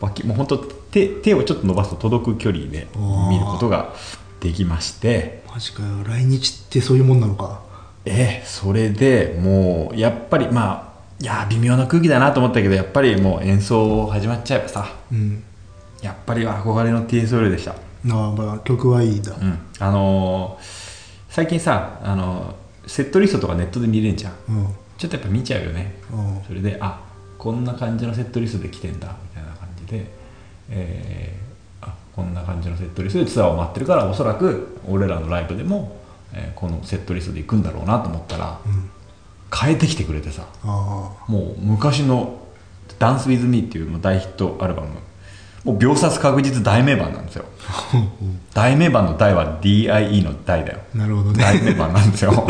Speaker 1: 脇もう本当手手をちょっと伸ばすと届く距離で見ることができまして
Speaker 2: マジかよ来日ってそういうもんなのか
Speaker 1: えそれでもうやっぱりまあいや微妙な空気だなと思ったけどやっぱりもう演奏始まっちゃえばさ
Speaker 2: うん
Speaker 1: やっぱり憧れの TSL でした
Speaker 2: ああまあ曲はいいだ、
Speaker 1: うんあのー最近さ、あのーセットリストとかネットで見れんじゃん
Speaker 2: うん
Speaker 1: ちょっとやっぱ見ちゃうよね
Speaker 2: うん
Speaker 1: それであこんな感じのセットリストで来てんだみたいな感じで、えーあこんな感じのセットリストでツアーを待ってるからおそらく俺らのライブでも、えーこのセットリストで行くんだろうなと思ったら、
Speaker 2: うん
Speaker 1: 変えてきてくれてさ
Speaker 2: あ
Speaker 1: もう昔の「ダンス with me っていうもう大ヒットアルバムもう秒殺確実大名盤なんですよ
Speaker 2: あうん
Speaker 1: 大名盤の大は DIE の大だよ
Speaker 2: [LAUGHS] なるほどね
Speaker 1: 大名盤なんですよ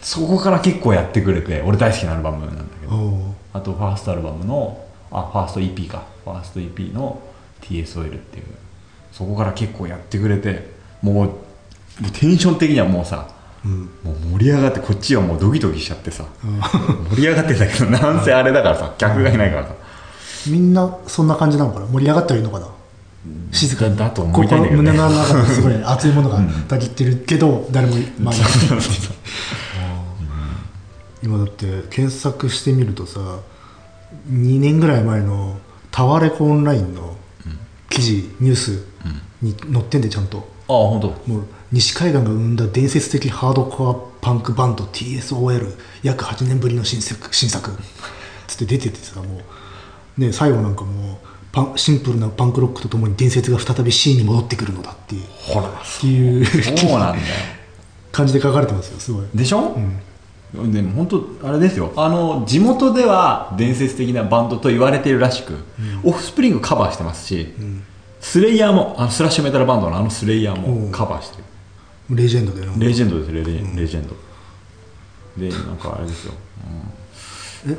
Speaker 1: そこから結構やってくれて俺大好きなアルバムなんだけど
Speaker 2: おう
Speaker 1: あとファーストアルバムのあファースト EP かファースト EP の TSOL っていうそこから結構やってくれてもうもうテンション的にはもうさ
Speaker 2: うん
Speaker 1: もう盛り上がってこっちはもうドキドキしちゃってさ
Speaker 2: あ
Speaker 1: 盛り上がってんだけどなんせあれだからさ客がいないからさ
Speaker 2: みんなそんな感じなのかな盛り上がってはいるのかな静かに
Speaker 1: だだと思いたいんだけど
Speaker 2: こ
Speaker 1: ね
Speaker 2: こ胸の中にすごい熱いものがたぎってるけど、誰もまあ
Speaker 1: [LAUGHS]
Speaker 2: 今だって検索してみるとさ2年ぐらい前のタワレコオンラインの記事ニュースに載ってんでちゃんと
Speaker 1: あ本当。
Speaker 2: もう西海岸が生んだ伝説的ハードコアパンクバンド TSOL 約8年ぶりの新作新作つって出ててさもう、ね、最後なんかもうパンシンプルなパンクロックとともに伝説が再びシーンに戻ってくるのだっていう
Speaker 1: ほら
Speaker 2: っていう
Speaker 1: [LAUGHS] そうなんだよ
Speaker 2: 感じで書かれてますよすごい、
Speaker 1: でしょ、でも本当あれですよあの地元では伝説的なバンドと言われているらしく、オフスプリングカバーしてますし、スレイヤーもあのスラッシュメタルバンドのあのスレイヤー
Speaker 2: おう
Speaker 1: もカバーしてる
Speaker 2: レジェンドだよね
Speaker 1: レジェンドですレレジェンレジェンドでなんかあれですよ、うん
Speaker 2: え、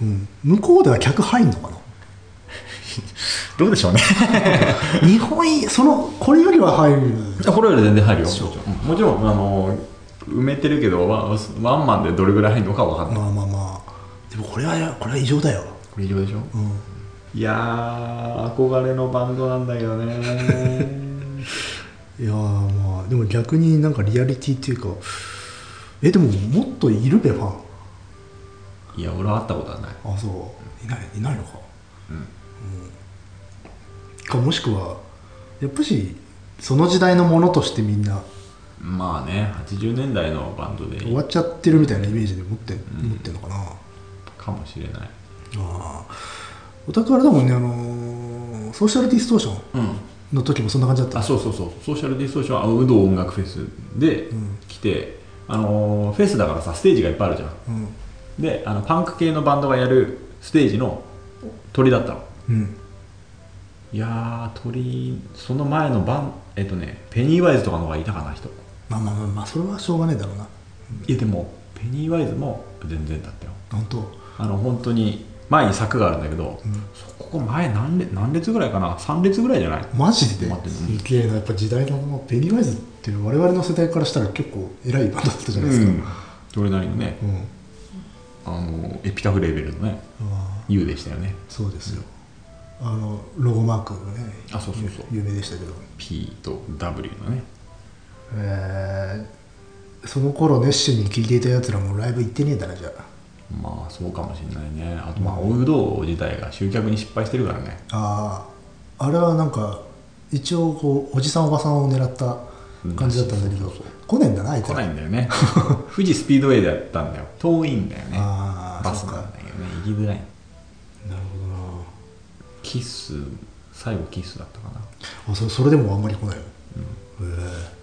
Speaker 2: うん、向こうでは客入んのかな
Speaker 1: どうでしょうね
Speaker 2: 日本そのこれよりは入る
Speaker 1: これより全然入るよもちろんもちろんあの埋めてるけどワンワンマンでどれぐらい入るのかわかんない
Speaker 2: まあまあまあでもこれはこれは異常だよ、
Speaker 1: これ以上でしょ
Speaker 2: うん、
Speaker 1: いやー憧れのバンドなんだけど [LAUGHS] ね
Speaker 2: いやーまあでも逆になんかリアリティっていうかえでももっといるべファン
Speaker 1: いや俺は会ったことはない
Speaker 2: あそういないいないのか
Speaker 1: うん
Speaker 2: かもしくはやっぱしその時代のものとしてみんな
Speaker 1: まあね80年代のバンドでい
Speaker 2: 終
Speaker 1: い
Speaker 2: わっちゃってるみたいなイメージで持って,、持ってんのかな
Speaker 1: かもしれない
Speaker 2: ああお宅あれだもんねあのーソーシャルディストーション
Speaker 1: うん
Speaker 2: の時もそんな感じだった
Speaker 1: あそうそうそうソーシャルディストーションはウド音楽フェスで
Speaker 2: うん
Speaker 1: 来て、あのーフェスだからさステージがいっぱいあるじゃん
Speaker 2: うん
Speaker 1: であのパンク系のバンドがやるステージの鳥だったの
Speaker 2: うん
Speaker 1: いやー鳥その前のバンえっとねペニーワイズとかの方がいたかな人
Speaker 2: まあまあまあまあそれはしょうがねえだろうない
Speaker 1: やでもペニーワイズも全然だったよ
Speaker 2: 本当
Speaker 1: あの本当に前に柵があるんだけど、
Speaker 2: うん
Speaker 1: そここ前何列何列ぐらいかな3列ぐらいじゃない
Speaker 2: マジで
Speaker 1: 待って
Speaker 2: すげえなやっぱ時代のものペニーワイズって我々の世代からしたら結構偉いバンドだったじゃないですか
Speaker 1: それなりのね
Speaker 2: うん、
Speaker 1: あのエピタフレーベルのね
Speaker 2: ああ
Speaker 1: U でしたよね
Speaker 2: そうですよあのロゴマークがね
Speaker 1: あそうそうそう
Speaker 2: 有名でしたけど
Speaker 1: P と W のね
Speaker 2: えーその頃熱心に聴いていたやつらもライブ行ってねえんだなじゃ
Speaker 1: まあそうかもしれないねあとまあオウド自体が集客に失敗してるからね
Speaker 2: ああーあれはなんか一応こうおじさんおばさんを狙った感じだったんだけど、
Speaker 1: うんそうそう
Speaker 2: 来ねえんだなあいつ
Speaker 1: 来
Speaker 2: ら
Speaker 1: ないんだよ
Speaker 2: [LAUGHS]
Speaker 1: ね富士スピードウェイだったんだよ遠いんだよね
Speaker 2: あー
Speaker 1: バスなんだけどね行きづらい
Speaker 2: なるほどな
Speaker 1: キッス最後キッスだったかな
Speaker 2: あそそれでもあんまり来ないの、へ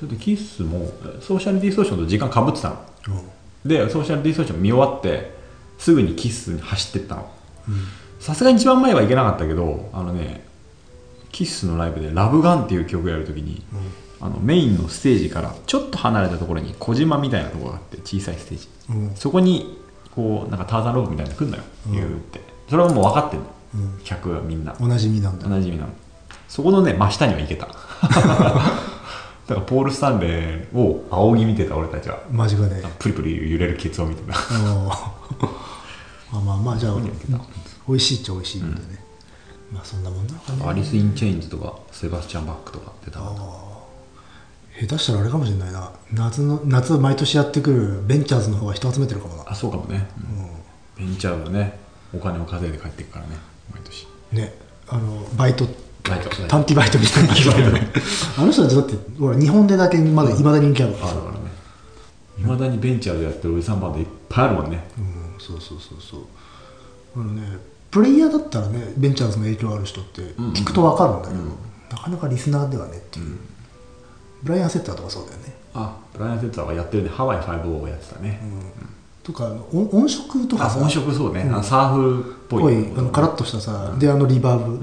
Speaker 1: だってキッスもソーシャルディストーションと時間かぶってたの
Speaker 2: えうん
Speaker 1: でソーシャルディストーション見終わってすぐにキッスに走ってったのさすがに一番前は行けなかったけどあのねキッスのライブで「ラブガンっていう曲やるときに
Speaker 2: うん
Speaker 1: あのメインのステージからちょっと離れたところに小島みたいなところがあって小さいステージ
Speaker 2: うんうん
Speaker 1: そこにこうなんかターザンロープみたいなの来んのよ
Speaker 2: うん
Speaker 1: 言うってそれはもう分かってんの
Speaker 2: うん
Speaker 1: 客はみんな
Speaker 2: おなじみなんだ
Speaker 1: おなじみなのそこのね真下には行けた
Speaker 2: [LAUGHS]
Speaker 1: だからポール・スタンレーを仰ぎ見てた俺たちは
Speaker 2: 間近で
Speaker 1: プリプリ揺れるケツを見てた
Speaker 2: ああ [LAUGHS] まあまあじゃあ
Speaker 1: こに置けた
Speaker 2: 美味しいっちゃ美味しいんだよね、まあそんなもんなのかね
Speaker 1: アリス・イン・チェインズとかセバスチャン・バックとか出たの
Speaker 2: ああ下手したらあれかもしれないな夏の夏毎年やってくるベンチャーズの方が人集めてるかもな
Speaker 1: あそうかもね、うんベンチャーはねお金を稼いで帰ってくからね毎年
Speaker 2: ねあのバイト
Speaker 1: バイト
Speaker 2: 短期バイトみたいな
Speaker 1: 短期バ [LAUGHS] イ
Speaker 2: あの人たちだってほら日本でだけまだいまだ人気あるか
Speaker 1: あ
Speaker 2: ら
Speaker 1: る
Speaker 2: さ
Speaker 1: からねいまだにベンチャーでやってるおじさんバンドいっぱいあるもんね
Speaker 2: うんそうそうそうそうあのねプレイヤーだったらねベンチャーズの影響ある人って
Speaker 1: んうん
Speaker 2: 聞くと分かるんだけど、なかなかリスナーではねっていう、ブライアン・セッターとかそうだよね、
Speaker 1: あブライアン・セッターがやってるねハワイ5をやってたね、
Speaker 2: とかあの音音色とか
Speaker 1: あ
Speaker 2: さ
Speaker 1: 本職そうね、あのサーフっぽい
Speaker 2: ぽいあのカラッとしたさ、であのリバーブ、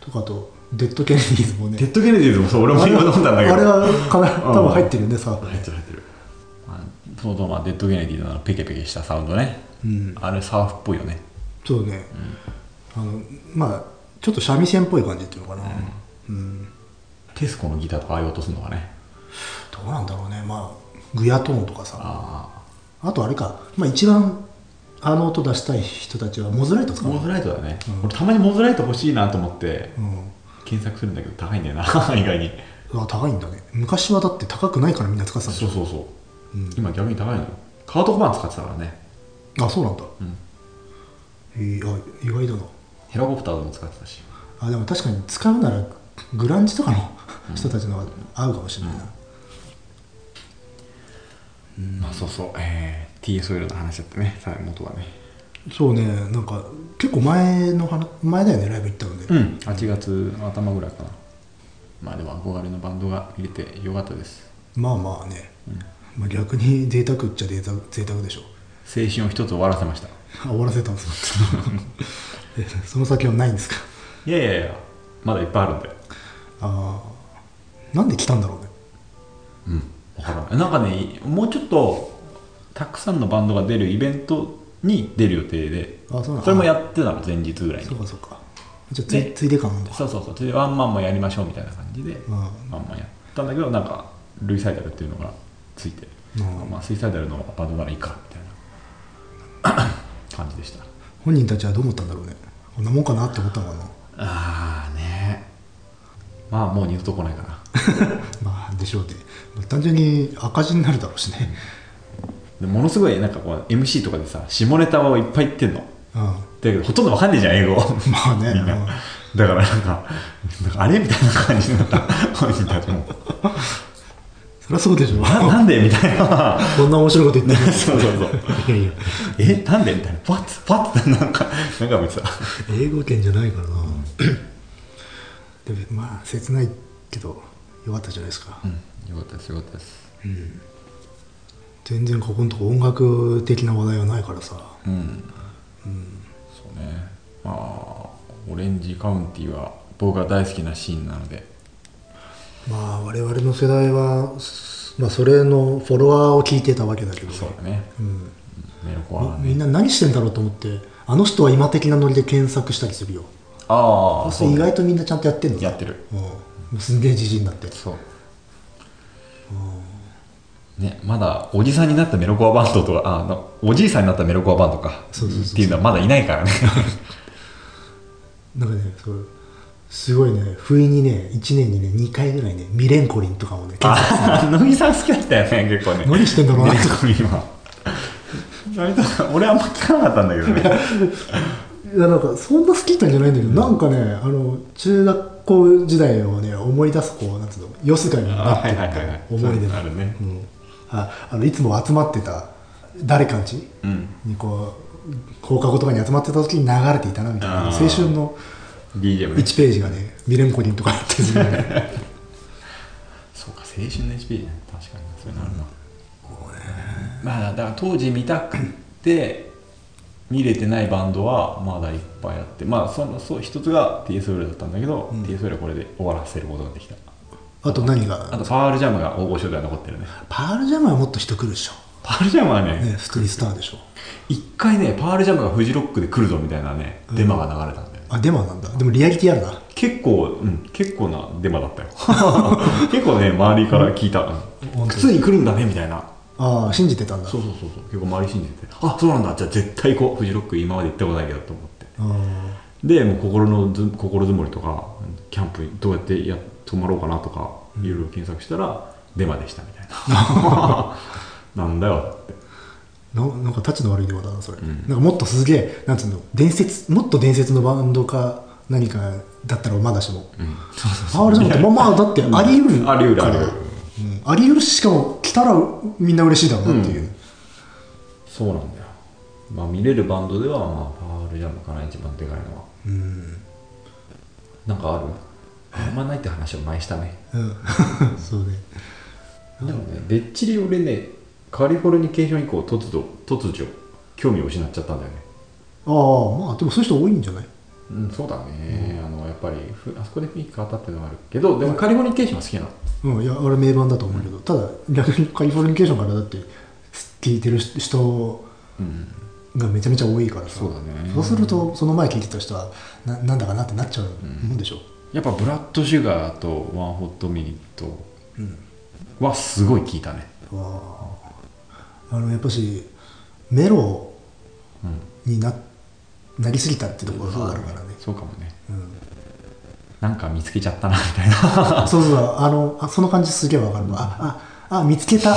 Speaker 2: とかあとデッド・ケネディーズもね
Speaker 1: テッド・ケネディーズもそう俺も今飲んだんだけど
Speaker 2: あれはかな多分入ってるよねさ、
Speaker 1: 入ってる入ってる、まあ、そのまあデッド・ケネディーのあのペケペケしたサウンドね、
Speaker 2: うん
Speaker 1: あれサーフっぽいよね
Speaker 2: そうね、あのまあちょっと三味線っぽい感じっていうのかな、うん
Speaker 1: テスコのギターとかああいう音するのがね
Speaker 2: どうなんだろうねまあグヤトーンとかさ
Speaker 1: あ
Speaker 2: あとあれか、まあ、一番あの音出したい人たちはモズライト
Speaker 1: あ
Speaker 2: 使う
Speaker 1: モズライトだね、俺たまにモズライト欲しいなと思って
Speaker 2: うん
Speaker 1: 検索するんだけど高いんだよな [LAUGHS] 意外に
Speaker 2: あ高いんだね昔はだって高くないからみんな使ってたんでし
Speaker 1: そ
Speaker 2: ょ
Speaker 1: うそうそう
Speaker 2: う、ん、
Speaker 1: 今逆に高いのよカートコバーン使ってたからね、
Speaker 2: あそうなんだ、
Speaker 1: うん、
Speaker 2: えーあ意外だな
Speaker 1: ヘラコプターでも使ってたし
Speaker 2: あでも確かに使うならグランジとかの人たちの方が合うかもしれないな、
Speaker 1: まあそうそう、えー、TSOL の話だったねさ元はね
Speaker 2: そうねなんか結構前の話前だよねライブ行ったので、
Speaker 1: うん8月頭ぐらいかなまあでも憧れのバンドが入れてよかったです
Speaker 2: まあまあね、まあ、逆に贅沢っちゃ贅沢贅沢でしょ
Speaker 1: 青春を一つ終わらせました
Speaker 2: あ終わらせたんですかえその先はないんですか
Speaker 1: いやいやいやまだいっぱいあるんで
Speaker 2: ああなんで来たんだろうね
Speaker 1: うん分からないなんかねもうちょっとたくさんのバンドが出るイベントに出る予定で
Speaker 2: あそうなんだ
Speaker 1: それもやってたの前日ぐらいに
Speaker 2: そうかそうかじゃあつ,、
Speaker 1: ね
Speaker 2: ついで感あんだ
Speaker 1: そうそうそうそれでワンマンもやりましょうみたいな感じで、
Speaker 2: うん
Speaker 1: ワンマンやったんだけどなんかルイサイダルっていうのがついて、
Speaker 2: うん
Speaker 1: まあ、スイサイダルのバンドならいいかみたいな感じでした
Speaker 2: 本人たちはどう思ったんだろうねこんなもんかなって思ったのかな [LAUGHS]
Speaker 1: ああねまあもう二度と来ないかな
Speaker 2: まあでしょうね単純に赤字になるだろうしね
Speaker 1: でものすごいなんかこう MC とかでさ下ネタをいっぱい言ってんの
Speaker 2: うん
Speaker 1: だけどほとんどわかんねえじゃん英語
Speaker 2: まあね
Speaker 1: みんな
Speaker 2: うん
Speaker 1: だからなんかなんかあれみたいな感じになった本人たちも
Speaker 2: そりゃそうでしょ
Speaker 1: ななんでみたいな
Speaker 2: こんな面白いこと言ってる
Speaker 1: そうそうそう
Speaker 2: [LAUGHS] いやいや
Speaker 1: [LAUGHS] えなんでみたいなパッパッてなんかなんか見てた
Speaker 2: 英語圏じゃないからな [CLEARS THROAT] でもまあ切ないけどよかったじゃないですか、
Speaker 1: よかったですよかったです
Speaker 2: 全然ここのとこ音楽的な話題はないからさ
Speaker 1: うん、そうねまあオレンジカウンティは僕が大好きなシーンなので
Speaker 2: まあ我々の世代は、まあ、それのフォロワーを聞いてたわけだけど
Speaker 1: そうだね、
Speaker 2: うん
Speaker 1: メロコアは
Speaker 2: み
Speaker 1: ね
Speaker 2: んな何してんだろうと思ってあの人は今的なノリで検索したりするよ
Speaker 1: ああ
Speaker 2: そう
Speaker 1: ね
Speaker 2: 意外とみんなちゃんとやってんの
Speaker 1: やってる
Speaker 2: うんもうすんげえじじいになって
Speaker 1: そうね、まだおじさんになったメロコアバンドとかああのおじいさんになったメロコアバンドか
Speaker 2: そうそうそうそう
Speaker 1: っていうのはまだいないからね [LAUGHS]
Speaker 2: なんかねそうすごいね不意にね1年にね2回ぐらいねミレンコリンとかもね
Speaker 1: あ乃木さん好きだったよね結構ね
Speaker 2: 何してんだろうな
Speaker 1: ね今割と俺あんま聞かなかったんだけどね
Speaker 2: いやなんかそんな好きなんじゃないんだけど、なんかねあの中学校時代をね思い出すこうなんつうのよすがになって
Speaker 1: あはいはいはいはい
Speaker 2: 思い出
Speaker 1: そういうのあるね
Speaker 2: うん、ああのいつも集まってた誰かんち
Speaker 1: うん
Speaker 2: にこう放課後とかに集まってた時に流れていたなみたいな
Speaker 1: あー
Speaker 2: 青春の
Speaker 1: DJ もね
Speaker 2: 1ページがねミレンコリンとかやってるん
Speaker 1: [LAUGHS]
Speaker 2: で
Speaker 1: そうか青春の HP ね確かにそういうのあるな、まあだから当時見たくて見れてないバンドはまだいっぱいあってまあそのそう一つが TSOL だったんだけど、TSOL はこれで終わらせることができた
Speaker 2: あと何
Speaker 1: あ
Speaker 2: が
Speaker 1: とパールジャムが大御所では残ってるね
Speaker 2: パールジャムはもっと人来るでしょ、
Speaker 1: パールジャムはね
Speaker 2: ね、普通にスターでしょ
Speaker 1: 一、回ねパールジャムがフジロックで来るぞみたいなねデマが流れたんだよ、
Speaker 2: あデマなんだでもリアリティあるな
Speaker 1: 結構、うん、結構なデマだったよ [LAUGHS] 結構ね周りから聞いた、
Speaker 2: 当に
Speaker 1: ついに来るんだねみたいな
Speaker 2: ああ信じてたんだ
Speaker 1: そうそうそうそう結構周り信じててあそうなんだじゃあ絶対行こうフジロック今まで行ったことないけどと思って
Speaker 2: うん
Speaker 1: でもう心のず心づもりとかキャンプどうやってや泊まろうかなとかいろいろ検索したらデマでしたみたい [LAUGHS] ななんだよって
Speaker 2: ななんかたちの悪いデマだなそれ、
Speaker 1: ん
Speaker 2: なんかもっとすげえなんつうの伝説もっと伝説のバンドか何かだったらまだしも、パールジャムってまあまあだってあり得る
Speaker 1: あり得る
Speaker 2: から
Speaker 1: あり得る
Speaker 2: うんあり得るししかも来たらみんな嬉しいだろうなっていう、
Speaker 1: うんそうなんだよまあ見れるバンドでは、まあ、パールジャムかな一番でかいのは
Speaker 2: うん
Speaker 1: なんかあるあんまないって話を前したね
Speaker 2: うん [LAUGHS] そうね
Speaker 1: でもねでっちり俺ねカリフォルニケーション以降突如突如興味を失っちゃったんだよね
Speaker 2: ああまあでもそういう人多いんじゃない
Speaker 1: うん、そうだね、あのやっぱりふあそこで雰囲気変わったっていうのはあるけどでもカリフォルニケーションは好きなの
Speaker 2: うんいや俺名盤だと思うけど、ただ逆にカリフォルニケーションからだって聞いてる人
Speaker 1: うん
Speaker 2: がめちゃめちゃ多いからさ
Speaker 1: そうだね
Speaker 2: そうするとその前聞いてた人はななんだかなってなっちゃうもんでしょ、
Speaker 1: やっぱブラッドシュガーとワンホットミニットはすごい効いたね
Speaker 2: わああのやっぱしメロ
Speaker 1: うん
Speaker 2: にななりすぎたってところがあるからね
Speaker 1: そうかもね
Speaker 2: うん
Speaker 1: なんか見つけちゃったなみたいな
Speaker 2: そうそうあのあその感じすげえわかるわあああ見つ
Speaker 1: [LAUGHS]
Speaker 2: けた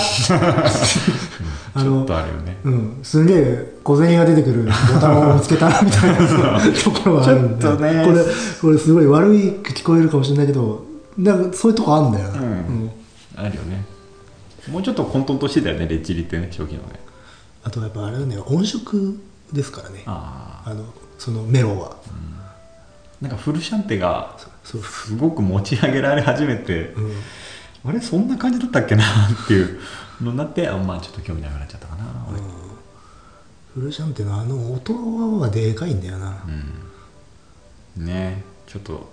Speaker 2: あ
Speaker 1: ちょ
Speaker 2: の
Speaker 1: っとあるよね
Speaker 2: うん、すんげえ小銭が出てくるボタンを見つけたな
Speaker 1: [LAUGHS]
Speaker 2: みたいなところはあるんで
Speaker 1: ちょっとね
Speaker 2: これこれすごい悪いく聞こえるかもしれないけどなんかそういうとこあるんだよな、
Speaker 1: うんあるよねもうちょっと混沌としてたよねレッチリってね初期のね
Speaker 2: あとやっぱあれだね音色ですからねあ
Speaker 1: ああ
Speaker 2: のそのメロは、
Speaker 1: なんかフルシャンテが
Speaker 2: そう
Speaker 1: すごく持ち上げられ始めて、
Speaker 2: うん
Speaker 1: あれそんな感じだったっけなっていうのになってあまあちょっと興味なくなっちゃったかな俺
Speaker 2: フルシャンってのはあの音がでかいんだよな、
Speaker 1: うんねちょっと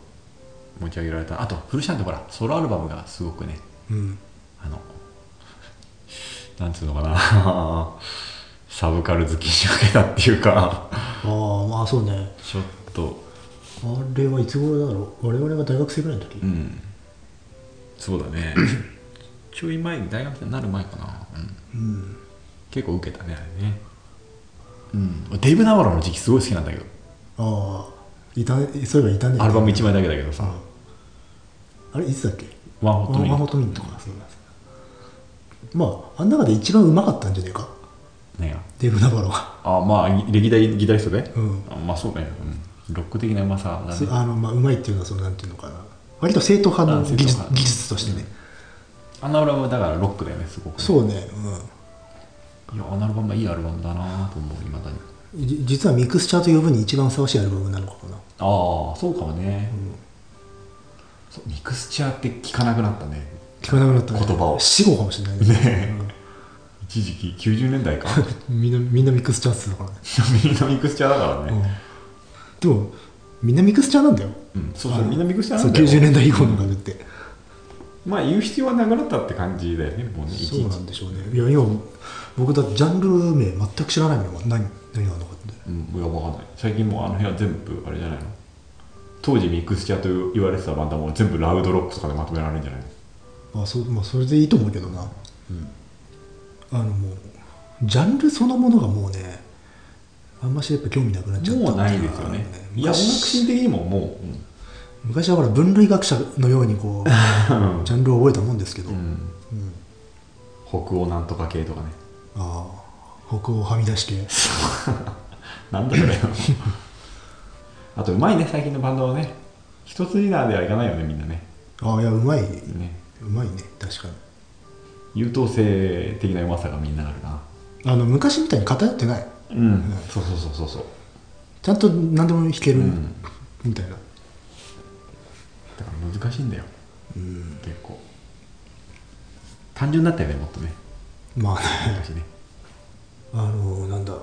Speaker 1: 持ち上げられたあとフルシャンってほらソロアルバムがすごくね
Speaker 2: うん
Speaker 1: あのなんつうのかな [LAUGHS] すサブカル好きに受けたっていうか
Speaker 2: ああまあそうね
Speaker 1: ちょっと
Speaker 2: あれはいつ頃だろう我々が大学生ぐらいの時、
Speaker 1: うんそうだ
Speaker 2: [COUGHS]
Speaker 1: ねちょい前大学生になる前かな、うん、
Speaker 2: うん
Speaker 1: 結構受けたねあれねうんデイブ・ナバロの時期すごい好きなんだけど
Speaker 2: ああいたねそういえばいたね
Speaker 1: アルバム1枚だけだけどさ、
Speaker 2: うんあれいつだっけ
Speaker 1: ワンホットミ
Speaker 2: ワンホッ
Speaker 1: ル
Speaker 2: トミントかなそうなんですまああん中で一番うまかったんじゃねえか
Speaker 1: ねえ
Speaker 2: デーブ・ナバロが
Speaker 1: あまあ歴代ギタリストで、
Speaker 2: うん
Speaker 1: あまあそうね、うん、ロック的なうまさだ
Speaker 2: す
Speaker 1: ね
Speaker 2: あのまあうまいっていうのはそのなんていうのかな割と正統派の
Speaker 1: あ正
Speaker 2: 技
Speaker 1: 統
Speaker 2: 術
Speaker 1: 派
Speaker 2: 技術としてね、
Speaker 1: あのアルバムはだからロックだよねすごくね
Speaker 2: そうね、
Speaker 1: いやあのアルバムはいいアルバムだなと思ういまだに
Speaker 2: うん、じ実はミクスチャーと呼ぶに一番ふさわしいアルバムなのかもな
Speaker 1: ああそうかもね、そうミクスチャーって聞かなくなったね
Speaker 2: 聞かなくなったね
Speaker 1: 言葉を
Speaker 2: 死後かもしれないね
Speaker 1: 一時期90年 [LAUGHS] 代か
Speaker 2: うんみんなみんなミクスチャーっつうのかな
Speaker 1: みんなミクスチャーだからね、
Speaker 2: でもみんなミクスチャーなんだよ
Speaker 1: うんそうそうみんなミクスチャー
Speaker 2: そ
Speaker 1: な
Speaker 2: うん
Speaker 1: だよ
Speaker 2: 90年代以降の楽って、
Speaker 1: まあ言う必要はなくなったって感じだよねもうねい
Speaker 2: そ
Speaker 1: ち
Speaker 2: う
Speaker 1: い
Speaker 2: な
Speaker 1: ち
Speaker 2: んでしょうねいや今僕だってジャンル名全く知らないのよ何何があるのかって
Speaker 1: うんいやわかんない最近もうあの辺は全部あれじゃないの当時ミクスチャーと言われてたバンドはもう全部ラウドロックとかでまとめられるんじゃないの
Speaker 2: まあそうまあ、それでいいと思うけどな、あのもうジャンルそのものがもうねあんましやっぱ興味なくなっちゃった
Speaker 1: もうない
Speaker 2: って
Speaker 1: で
Speaker 2: う
Speaker 1: す
Speaker 2: の
Speaker 1: よ
Speaker 2: は
Speaker 1: ねいや音楽
Speaker 2: 昔
Speaker 1: 心的にもも
Speaker 2: 昔はほら分類学者のようにこう
Speaker 1: う、うん
Speaker 2: ジャンルを覚えたもんですけど、
Speaker 1: う
Speaker 2: うん
Speaker 1: ん、北欧なんとか系とかね
Speaker 2: ああ北欧はみ出し系
Speaker 1: なんだこれ [LAUGHS] あとうまいね最近のバンドはね一筋縄ではいかないよねみんなね
Speaker 2: ああいやうまい
Speaker 1: ね
Speaker 2: うまいね確かに
Speaker 1: 優等生的なうまさがみんなあるな
Speaker 2: あの昔みたいに偏ってない
Speaker 1: うん、そうそうそうそうそう
Speaker 2: ちゃんと何でも弾ける、
Speaker 1: うん
Speaker 2: みたいな
Speaker 1: だから難しいんだよ、結構単純だったよねもっとね
Speaker 2: まあね
Speaker 1: 昔ね
Speaker 2: あのなんだ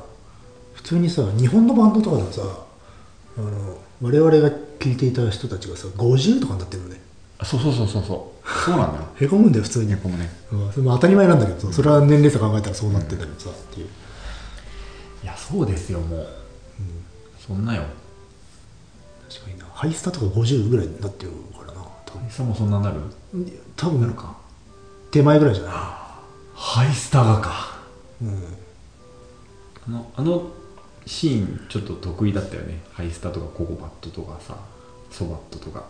Speaker 2: 普通にさ日本のバンドとかでもさあの我々が聴いていた人たちがさ50とかになってるのね
Speaker 1: あ [LAUGHS] そうそうそうそうそうそうなんだよ
Speaker 2: へこむんだよ普通に、
Speaker 1: こもね
Speaker 2: うん、それも当たり前なんだけどさそれは年齢差考えたらそうなってんだけどさ、っていう
Speaker 1: いやそうですよもう、そんなよ
Speaker 2: 確かになハイスタとか50ぐらいになってるからな多分
Speaker 1: ハイスタもそんななる
Speaker 2: 多分手前ぐらいじゃな
Speaker 1: ハイスタがか
Speaker 2: い、うん、
Speaker 1: あのあのシーンちょっと得意だったよねハイスタとかココバットとかさソバットとか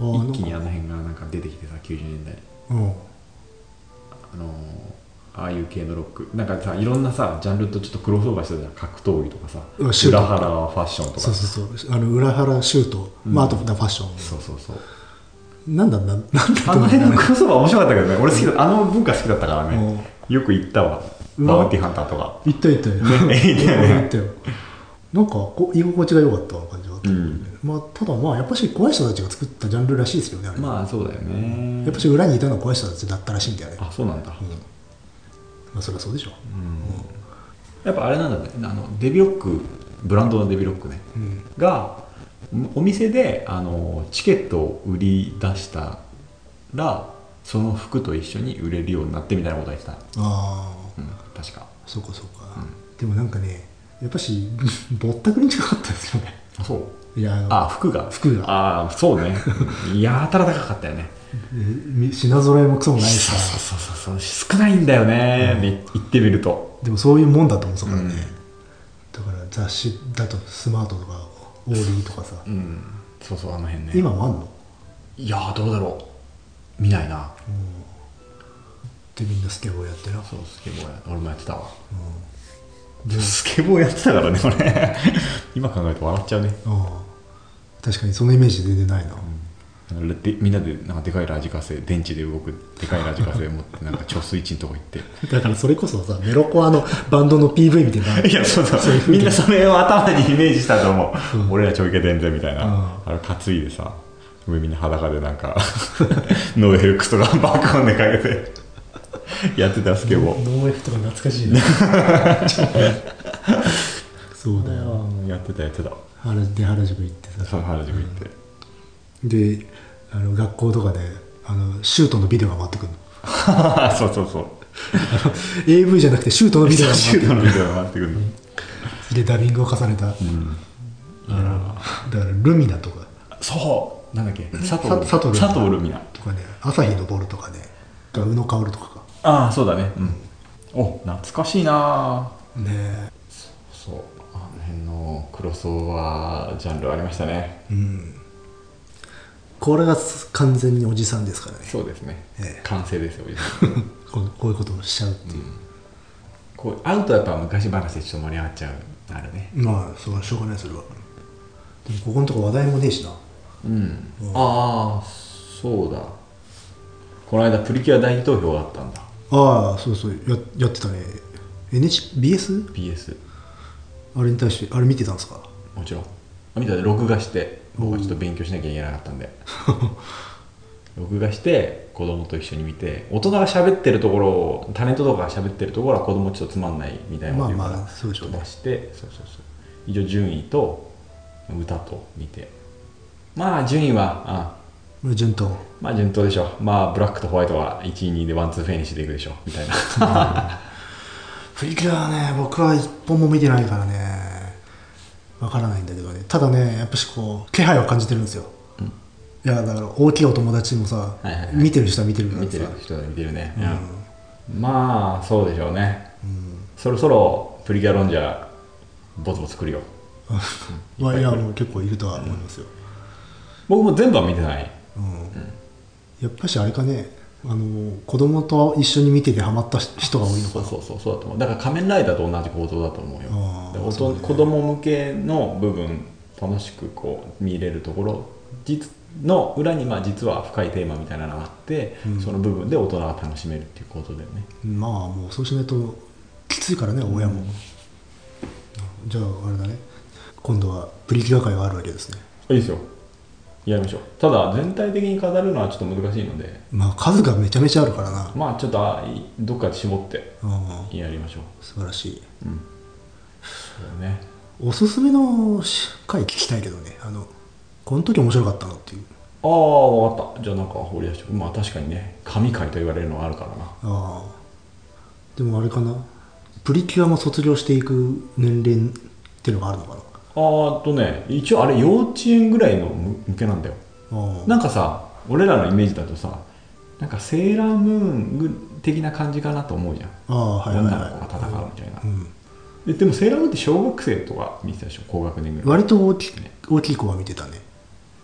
Speaker 2: ああ
Speaker 1: 一気にあ
Speaker 2: なん
Speaker 1: の
Speaker 2: か
Speaker 1: 辺がなんか出てきてさ90年代
Speaker 2: うん
Speaker 1: あのーああいう系のロックなんかさいろんなさジャンルとちょっとクロスオーバーしてたじゃん格闘技とかさ
Speaker 2: うわシュート
Speaker 1: 裏腹はファッションとか
Speaker 2: そうそうそうあの裏原シュート、まああとファッション
Speaker 1: そうそうそう
Speaker 2: なんだなんなんだ
Speaker 1: あの辺の
Speaker 2: ね
Speaker 1: クロスオーバー面白かったけどね俺好きだあの文化好きだったからねよく行ったわ
Speaker 2: うわ
Speaker 1: バウンティーハンターとか
Speaker 2: 行った行っ
Speaker 1: [LAUGHS]
Speaker 2: たよ、
Speaker 1: ね行ったよね
Speaker 2: 行ったよなんかこう居心地が良かった感じはあった、
Speaker 1: うん
Speaker 2: まあ、ただまあやっぱし怖い人たちが作ったジャンルらしいですよねあれ、
Speaker 1: まあそうだよね
Speaker 2: やっぱし裏にいたのは怖い人たちだったらしいんだよね
Speaker 1: あそうなんだ、
Speaker 2: まあそれはそうでしょ
Speaker 1: やっぱあれなんだねあのデビロックブランドのデビロックね、
Speaker 2: ん
Speaker 1: がお店であのチケットを売り出したらその服と一緒に売れるようになってみたいなことは言ってた、
Speaker 2: ああ
Speaker 1: うん、確か
Speaker 2: そうかそうか、でもなんかねやっぱし [LAUGHS] ぼったくりに近かったですよね
Speaker 1: あそう
Speaker 2: いやの
Speaker 1: あ服が
Speaker 2: 服が
Speaker 1: ああそう [LAUGHS] ねやたら高かったよね
Speaker 2: えみ品揃えもクソもないし
Speaker 1: そう [LAUGHS]
Speaker 2: さ
Speaker 1: そうそうそう少ないんだよね、め言ってみると
Speaker 2: でもそういうもんだと思うそこからね、
Speaker 1: うん
Speaker 2: だから雑誌だとスマートとかオーリーとかさ、
Speaker 1: うんそうそうあの辺ね
Speaker 2: 今もあんの
Speaker 1: いやーどうだろう見ないな
Speaker 2: でみんなスケボーやってな
Speaker 1: そうスケボーや俺もやってたわ
Speaker 2: で
Speaker 1: スケボーやってたからね [LAUGHS] 俺今考えると笑っちゃうね
Speaker 2: ああ確かにそのイメージ全然ないな、
Speaker 1: あのでみんなでなんかでかいラジカセ電池で動くでかいラジカセ持ってなんか貯水池のとこ行って
Speaker 2: だからそれこそさメロコアのバンドの PV [LAUGHS] みたいな
Speaker 1: いやそうそう
Speaker 2: そういう風
Speaker 1: み
Speaker 2: 景
Speaker 1: んなそれを頭にイメージしたと思う、俺らちょいけでんぜみたいな、
Speaker 2: う
Speaker 1: あれ担いでさ上みんな裸でなんか [LAUGHS] ノーヘルクスとかバックオンでかけてやってたスケボー
Speaker 2: ノーエフとか懐かしい [LAUGHS] なそうだよ
Speaker 1: やってたやってた
Speaker 2: 原で原宿行ってさ
Speaker 1: そう原宿行って、
Speaker 2: であの学校とかであのシュートのビデオが回ってくる
Speaker 1: [LAUGHS]
Speaker 2: の [LAUGHS]
Speaker 1: そうそうそう
Speaker 2: あの AV じゃなくて [LAUGHS] シュートのビデオが
Speaker 1: シュートのビデオが回ってくるの。
Speaker 2: でダビングを重ねた、
Speaker 1: うん
Speaker 2: あのだからルミナとか
Speaker 1: そうなんだっけ佐藤
Speaker 2: さ佐藤ルミナ
Speaker 1: 佐藤ルミナ。
Speaker 2: とかね朝日昇るとかねが宇野薫とかか
Speaker 1: ああ、そうだね。うん。お、懐かしいなぁ
Speaker 2: ねえ
Speaker 1: そう。あの辺のクロスオーバージャンルありましたね。
Speaker 2: うんこれが完全におじさんですからね
Speaker 1: そうですね。
Speaker 2: ええ
Speaker 1: 完成ですよ、お [LAUGHS] じさん
Speaker 2: こうこういうことをしちゃうっていう、
Speaker 1: こう会うとやっぱ昔話でちょっと盛り上がっちゃうあるね
Speaker 2: まあそれはしょうがないそれはでもここのとこ話題もねえしな
Speaker 1: うんああそうだこの間プリキュア大投票があったんだ
Speaker 2: ああそうそうややってたね NHBS?
Speaker 1: BS
Speaker 2: あれに対してあれ見てたんですか
Speaker 1: もちろんあ見たで録画して僕はちょっと勉強しなきゃいけなかったん
Speaker 2: [LAUGHS]
Speaker 1: で録画して子供と一緒に見て大人が喋ってるところをタレントとかが喋ってるところは子供ちょっとつまんないみたいなこと言うか
Speaker 2: まあま
Speaker 1: ら
Speaker 2: あそうでしょう
Speaker 1: 飛
Speaker 2: ね
Speaker 1: ばしてそうそうそう一応順位と歌と見てまあ順位はあ
Speaker 2: 順当
Speaker 1: まあ順当でしょまあブラックとホワイトは1位2位でワンツーフェニッシュでいくでしょみたいな
Speaker 2: [LAUGHS] プリキュアはね僕は一本も見てないからねわからないんだけどねただねやっぱしこう気配は感じてるんですよ、
Speaker 1: うん
Speaker 2: いやだから大きいお友達もさ、
Speaker 1: はいはいはい
Speaker 2: 見てる人は見てるから
Speaker 1: 見
Speaker 2: さ
Speaker 1: てる人は見てるね、
Speaker 2: うん
Speaker 1: うんまあそうでしょうね
Speaker 2: うん
Speaker 1: そろそろプリキュアロンジャーボツボツ来るよ
Speaker 2: まあいやもう結構いるとは思いますよ、
Speaker 1: 僕も全部は見てない
Speaker 2: うんやっぱしあれかねあの子供と一緒に見ててハマった人が多いのか
Speaker 1: そう
Speaker 2: な
Speaker 1: そうそうそうだと思うだから仮面ライダーと同じ構造だと思うよ
Speaker 2: あー
Speaker 1: で大
Speaker 2: そ
Speaker 1: 人
Speaker 2: うね
Speaker 1: 子供向けの部分楽しくこう見れるところ実の裏にまあ実は深いテーマみたいなのがあって、
Speaker 2: うん
Speaker 1: その部分で大人が楽しめるっていうことだよね
Speaker 2: まあもうそうしないときついからね親も、じゃああれだね今度はプリキュア会があるわけですね
Speaker 1: いいですよやりましょうただ全体的に語るのはちょっと難しいので
Speaker 2: まあ数がめちゃめちゃあるからな、
Speaker 1: まあちょっとあいどっかで絞って
Speaker 2: うん、
Speaker 1: やりましょ
Speaker 2: 素晴らしい
Speaker 1: う
Speaker 2: う
Speaker 1: んそうだね
Speaker 2: おすすめのし回聞きたいけどねあのこの時面白かったのっていう
Speaker 1: ああ分かったじゃあなんか掘り出してまあ確かにね神回と言われるのはあるからな
Speaker 2: ああでもあれかなプリキュアも卒業していく年齢っていうのがあるのかな
Speaker 1: あーとね一応あれ幼稚園ぐらいのむ向けなんだよ
Speaker 2: ああ
Speaker 1: なんかさ俺らのイメージだとさなんかセーラームーンぐ的な感じかなと思うじゃん
Speaker 2: ああはいはい
Speaker 1: 女
Speaker 2: は
Speaker 1: の子が
Speaker 2: い
Speaker 1: 戦うみたいな、
Speaker 2: うん、
Speaker 1: ででもセーラームーンって小学生とか見てたでしょ高学年ぐらい
Speaker 2: 割と大きい大きい子は見てたね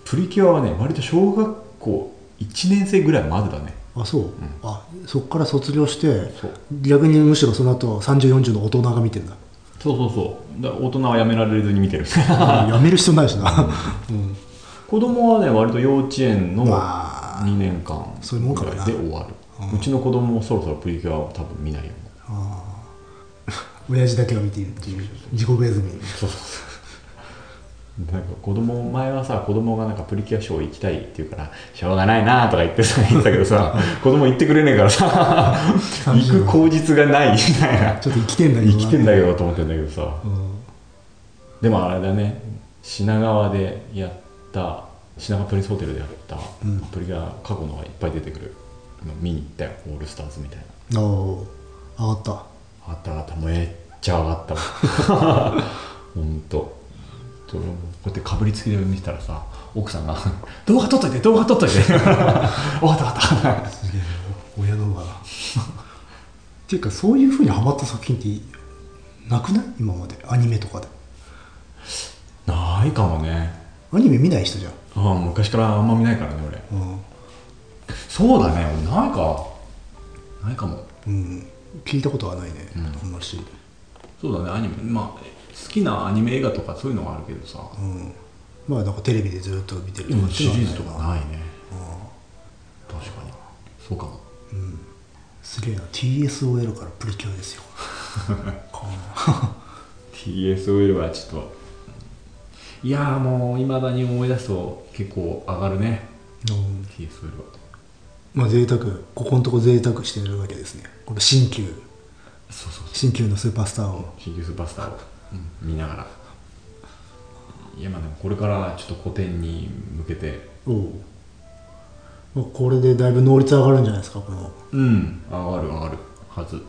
Speaker 1: プリキュアはね割と小学校1年生ぐらいまでだね
Speaker 2: あそう、あそっから卒業して
Speaker 1: そう
Speaker 2: 逆にむしろその後3040の大人が見てんだ
Speaker 1: そうそうそうだから大人はやめられずに見てる [LAUGHS]
Speaker 2: うんやめる必要ないしな、 [LAUGHS] うん、
Speaker 1: 子供はね割と幼稚園の
Speaker 2: まあ
Speaker 1: 2年間
Speaker 2: そういうもんか
Speaker 1: ぐ
Speaker 2: も
Speaker 1: ら
Speaker 2: な
Speaker 1: で
Speaker 2: い
Speaker 1: 終わるうちの子供もそろそろプリキュアを多分見ないよ
Speaker 2: あー親父だけが見ているっていう自己ベースに
Speaker 1: そう [LAUGHS] そうそうなんか子供前はさ子供がなんかプリキュアショー行きたいっていうからしょうがないなとか言ってさ言ってたけど
Speaker 2: [LAUGHS]
Speaker 1: さ子供行ってくれねえからさ行く口実がないみたい
Speaker 2: [LAUGHS]
Speaker 1: な
Speaker 2: ちょっと生きてんだけど
Speaker 1: 生
Speaker 2: な
Speaker 1: きてんだけどと思ってんだけどさ
Speaker 2: うん
Speaker 1: でもあれだね品川でやった品川プリンスホテルでやった
Speaker 2: うん
Speaker 1: プリキュア過去のがいっぱい出てくるの見に行ったよオールスターズみたいな
Speaker 2: あー上がった
Speaker 1: あったあっためっちゃ上がったわ [LAUGHS] ほんとそれもこうやってかぶりつきで見てたらさ奥さんが「 [LAUGHS] 動画撮っといて動画撮っといて」「 [LAUGHS] 終わった終わった」
Speaker 2: すげえ親の方が [LAUGHS] っていうかそういうふうにハマった作品ってなくない今までアニメとかで
Speaker 1: ないかもね
Speaker 2: アニメ見ない人じゃん、
Speaker 1: ああ昔からあんま見ないからね俺
Speaker 2: うん
Speaker 1: そうだね俺ないかないかも
Speaker 2: うん、聞いたことはないね、
Speaker 1: うん
Speaker 2: あんまりし、
Speaker 1: そうだねアニメまあ好きなアニメ映画とかそういうのがあるけどさ
Speaker 2: うん、まあなんかテレビでずっと見てる
Speaker 1: で
Speaker 2: とか
Speaker 1: もシリーズとかないね
Speaker 2: あ
Speaker 1: 確かにそうかも
Speaker 2: ーうん、すげえな TSOL からプリキュアで
Speaker 1: [LAUGHS]
Speaker 2: すよこん [LAUGHS] な
Speaker 1: TSOL はちょっといやーもういまだに思い出すと結構上がるね
Speaker 2: うん
Speaker 1: TSOL は
Speaker 2: まあ贅沢ここのとこ贅沢してるわけですねこの新旧
Speaker 1: そうそう
Speaker 2: 新旧のスーパースターを
Speaker 1: 新旧スーパースターを見ながらいやまあでもこれからちょっと古典に向けて
Speaker 2: おうまあこれでだいぶ能率上がるんじゃないですかこの
Speaker 1: うん上がる上がるはず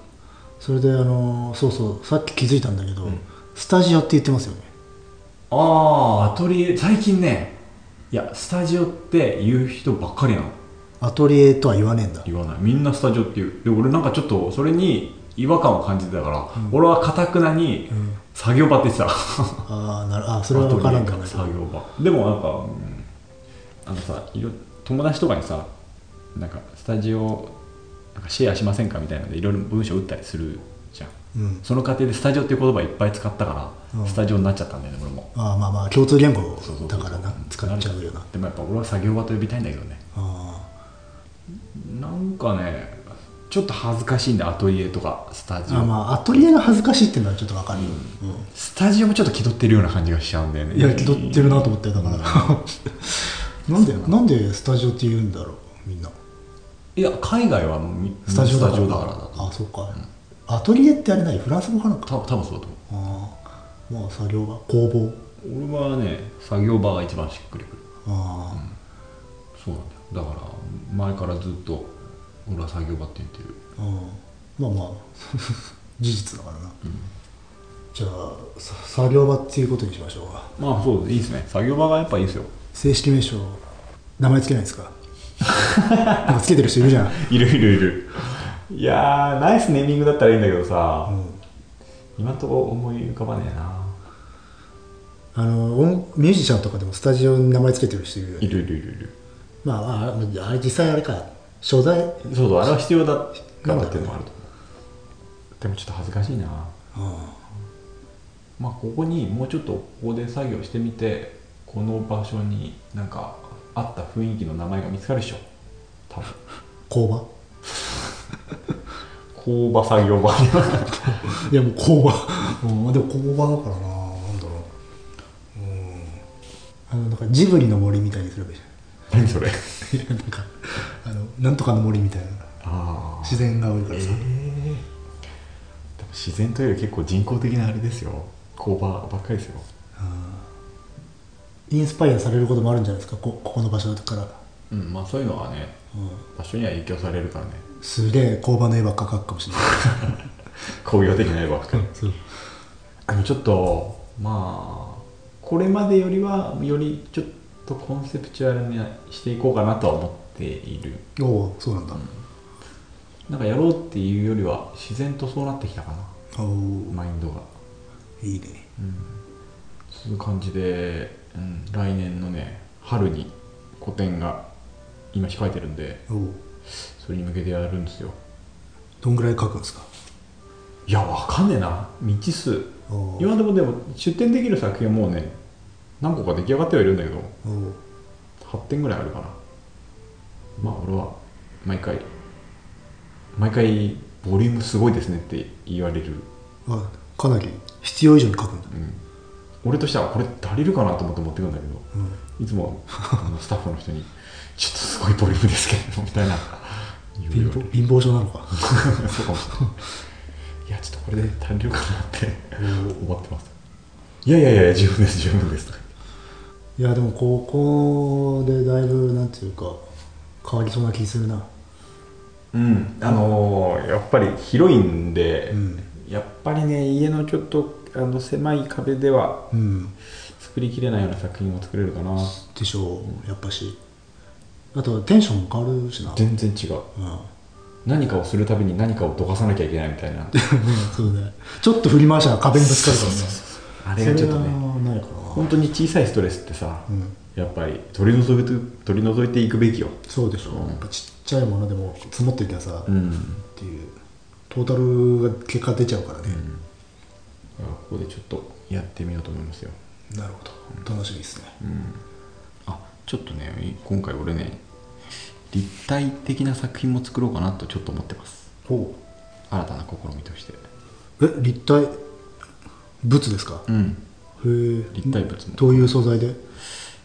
Speaker 2: それであのそうそうさっき気づいたんだけど、スタジオって言ってますよね
Speaker 1: ああアトリエ最近ねいやスタジオって言う人ばっかりなの
Speaker 2: アトリエとは言わねえんだ
Speaker 1: 言わないみんなスタジオっていうで俺なんかちょっとそれに違和感を感じてたから、俺はかたくなに
Speaker 2: ん
Speaker 1: 作業場って言ってた、
Speaker 2: ああなるあそれは分からんか
Speaker 1: アトリエ
Speaker 2: な
Speaker 1: 作業場でもなんか、うんあのさいろ友達とかにさなんかスタジオなんかシェアしませんかみたいなのでいろいろ文章打ったりするじゃん
Speaker 2: うん
Speaker 1: その過程でスタジオっていう言葉いっぱい使ったから、
Speaker 2: うん
Speaker 1: スタジオになっちゃったんだよね俺も
Speaker 2: ああまあまあ共通言語
Speaker 1: そうそうそう
Speaker 2: だからな使っちゃうよな
Speaker 1: でもやっぱ俺は作業場と呼びたいんだけどね
Speaker 2: あ
Speaker 1: なんかねちょっと恥ずかしいんだアトリエとかスタ
Speaker 2: ー
Speaker 1: ジ
Speaker 2: あ
Speaker 1: オ
Speaker 2: ーまあアトリエが恥ずかしいっていうのはちょっと分かる、うん
Speaker 1: スタジオもちょっと気取ってるような感じがしちゃうんだよね
Speaker 2: いや気取ってるなと思ってだから [LAUGHS] なんでなんでスタジオって言うんだろうみんない
Speaker 1: や海外はみ
Speaker 2: スタジオだ
Speaker 1: ス
Speaker 2: か
Speaker 1: タ
Speaker 2: ら
Speaker 1: ジオだからだと思う
Speaker 2: あそうか、アトリエってあれないフランス語かなんか
Speaker 1: 多分多分そうだと思
Speaker 2: ああまあ作業場工房
Speaker 1: う俺はね作業場が一番しっくりくる
Speaker 2: ああ、
Speaker 1: そうなんだよだから前からずっと俺は作業場って言ってる
Speaker 2: うんまあま [LAUGHS] あ事実だからな、じゃあさ作業場っていうことにしましょうか
Speaker 1: まあそういいですね作業場がやっぱいいですよ
Speaker 2: 正式名称名前つけないです [LAUGHS] かなんかつけてる人いるじゃん、
Speaker 1: いるいるいるいやーナイスネーミングだったらいいんだけどさ、
Speaker 2: うん
Speaker 1: 今んとこ思い浮かばねえな
Speaker 2: あの音ミュージシャンとかでもスタジオに名前つけてる人いるよね
Speaker 1: いるいるいるいる
Speaker 2: まあああれ実際あれか所在
Speaker 1: そうそうあれは必要だからっていうのもあると思うでもちょっと恥ずかしいな
Speaker 2: あ
Speaker 1: まあここにもうちょっとここで作業してみてこの場所になんかあった雰囲気の名前が見つかるでしょ多分
Speaker 2: 工場
Speaker 1: 工場作業場
Speaker 2: [LAUGHS] いやもう工場うんでも工場だからななんだろううんあのなんかジブリの森みたいにすればいいじ
Speaker 1: [LAUGHS] 何それ
Speaker 2: ゃん [LAUGHS] いやなんかあのなんとかの森みたいな
Speaker 1: あ
Speaker 2: 自然が多いか
Speaker 1: えー、
Speaker 2: らさ
Speaker 1: でも自然というより結構人工的なあれですよ工場ばっかりですよ
Speaker 2: インスパイアされることもあるんじゃないですかこここの場所だから、
Speaker 1: うんまあそういうのはね
Speaker 2: うん、
Speaker 1: 場所には影響されるからね
Speaker 2: すげえ工場の絵ばっか描くかもしれない
Speaker 1: [LAUGHS] 工業的な絵ばっかり
Speaker 2: [LAUGHS] そう
Speaker 1: でもちょっとまあこれまでよりはよりちょっとコンセプチュアルにしていこうかなとは思っている
Speaker 2: おおそうなんだ、
Speaker 1: なんかやろうっていうよりは自然とそうなってきたかな
Speaker 2: おお
Speaker 1: マインドが
Speaker 2: いいね
Speaker 1: そういう感じで、うん、来年のね春に個展が今控えてるんで
Speaker 2: おお
Speaker 1: それに向けてやるんですよ
Speaker 2: どんぐらい描くんですか
Speaker 1: いやわかんねえな未知数
Speaker 2: おお
Speaker 1: 今でもでも出展できる作品はもうね何個か出来上がってはいるんだけど
Speaker 2: お
Speaker 1: 8
Speaker 2: お
Speaker 1: 点ぐらいあるかなまあ俺は毎回毎回ボリュームすごいですねって言われる、
Speaker 2: あかなり必要以上に書くんだ、
Speaker 1: うん、俺としてはこれ足りるかなと思って持ってくんだけど
Speaker 2: うん、
Speaker 1: いつもあのスタッフの人に「ちょっとすごいボリュームですけれども」みたいな言
Speaker 2: 貧
Speaker 1: うよ
Speaker 2: 乏貧乏症なのか
Speaker 1: そうかもしれないいやちょっとこれで足りるかなって思ってますいやいやいや十分です十分ですとか
Speaker 2: いやでもここでだいぶなんていうか変わりそうな気するな
Speaker 1: うんあのーやっぱり広いんで、
Speaker 2: うん
Speaker 1: やっぱりね家のちょっとあの狭い壁では
Speaker 2: うん
Speaker 1: 作りきれないような作品を作れるかな
Speaker 2: でしょうやっぱしあとテンションも変わるしな
Speaker 1: 全然違う
Speaker 2: うん
Speaker 1: 何かをするたびに何かをどかさなきゃいけないみたいな
Speaker 2: そうねちょっと振り回したら壁にぶつかるからね
Speaker 1: あれがちょっと
Speaker 2: それ
Speaker 1: ね
Speaker 2: はないかな
Speaker 1: 本当に小さいストレスってさ、
Speaker 2: うん
Speaker 1: やっぱり取り除いて取り除いていくべきよ
Speaker 2: そうでしょうやっぱちっちゃいものでも積もってきゃさ、
Speaker 1: う
Speaker 2: っ
Speaker 1: ん
Speaker 2: ていうトータルが結果出ちゃうからね、
Speaker 1: だからここでちょっとやってみようと思いますよ
Speaker 2: なるほど楽しみですね、
Speaker 1: あちょっとね今回俺ね立体的な作品も作ろうかなとちょっと思ってます
Speaker 2: ほ
Speaker 1: 新たな試みとして
Speaker 2: うえ立体物ですか、
Speaker 1: うん
Speaker 2: へえ
Speaker 1: 立体物も
Speaker 2: どういう素材で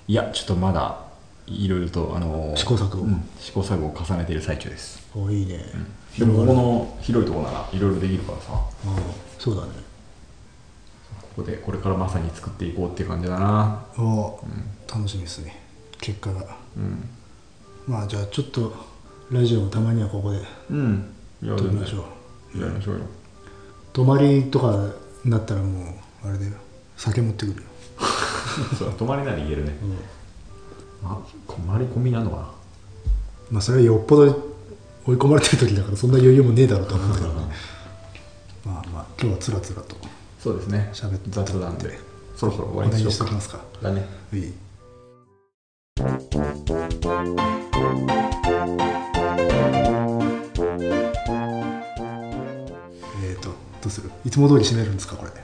Speaker 1: いやちょっとまだいろいろと、あのー
Speaker 2: 試行錯誤
Speaker 1: うん試行錯誤を重ねている最中です
Speaker 2: おいいね、
Speaker 1: でもここの広いところならいろいろできるからさ
Speaker 2: うんそうだね
Speaker 1: ここでこれからまさに作っていこうっていう感じだな
Speaker 2: ああ、楽しみですね結果が
Speaker 1: うん、
Speaker 2: まあじゃあちょっとラジオもたまにはここで
Speaker 1: うん、いや
Speaker 2: 撮りましょう、
Speaker 1: やりましょうよ
Speaker 2: 泊まりとかになったらもうあれだよ酒持ってくるよ
Speaker 1: そう泊まりなら言えるね、あ困り込みなのかな
Speaker 2: まあそれはよっぽど追い込まれてる時だからそんな余裕もねえだろうと思うんだけどねまあまあ今日はつらつらと
Speaker 1: そうですね
Speaker 2: 喋って
Speaker 1: 雑談でそろそろ終わり
Speaker 2: 話
Speaker 1: に
Speaker 2: し
Speaker 1: し
Speaker 2: と
Speaker 1: よう
Speaker 2: き
Speaker 1: か
Speaker 2: ますか
Speaker 1: だね
Speaker 2: はいえっ、とどうするいつも通り締めるんですかこれ
Speaker 1: い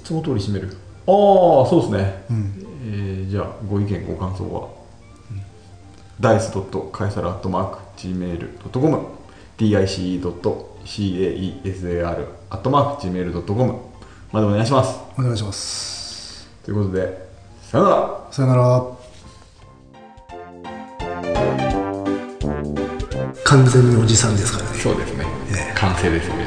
Speaker 1: つも通り締めるああそうですね、
Speaker 2: うん
Speaker 1: えーじゃあご意見ご感想は、ダイスドットカエサルアットマーク Gmail.com dice.caesar アットマーク Gmail.com までお願いします
Speaker 2: お願いします
Speaker 1: ということでさよなら
Speaker 2: さよなら完全におじさんですからね
Speaker 1: そうですね
Speaker 2: ええ
Speaker 1: 完成ですね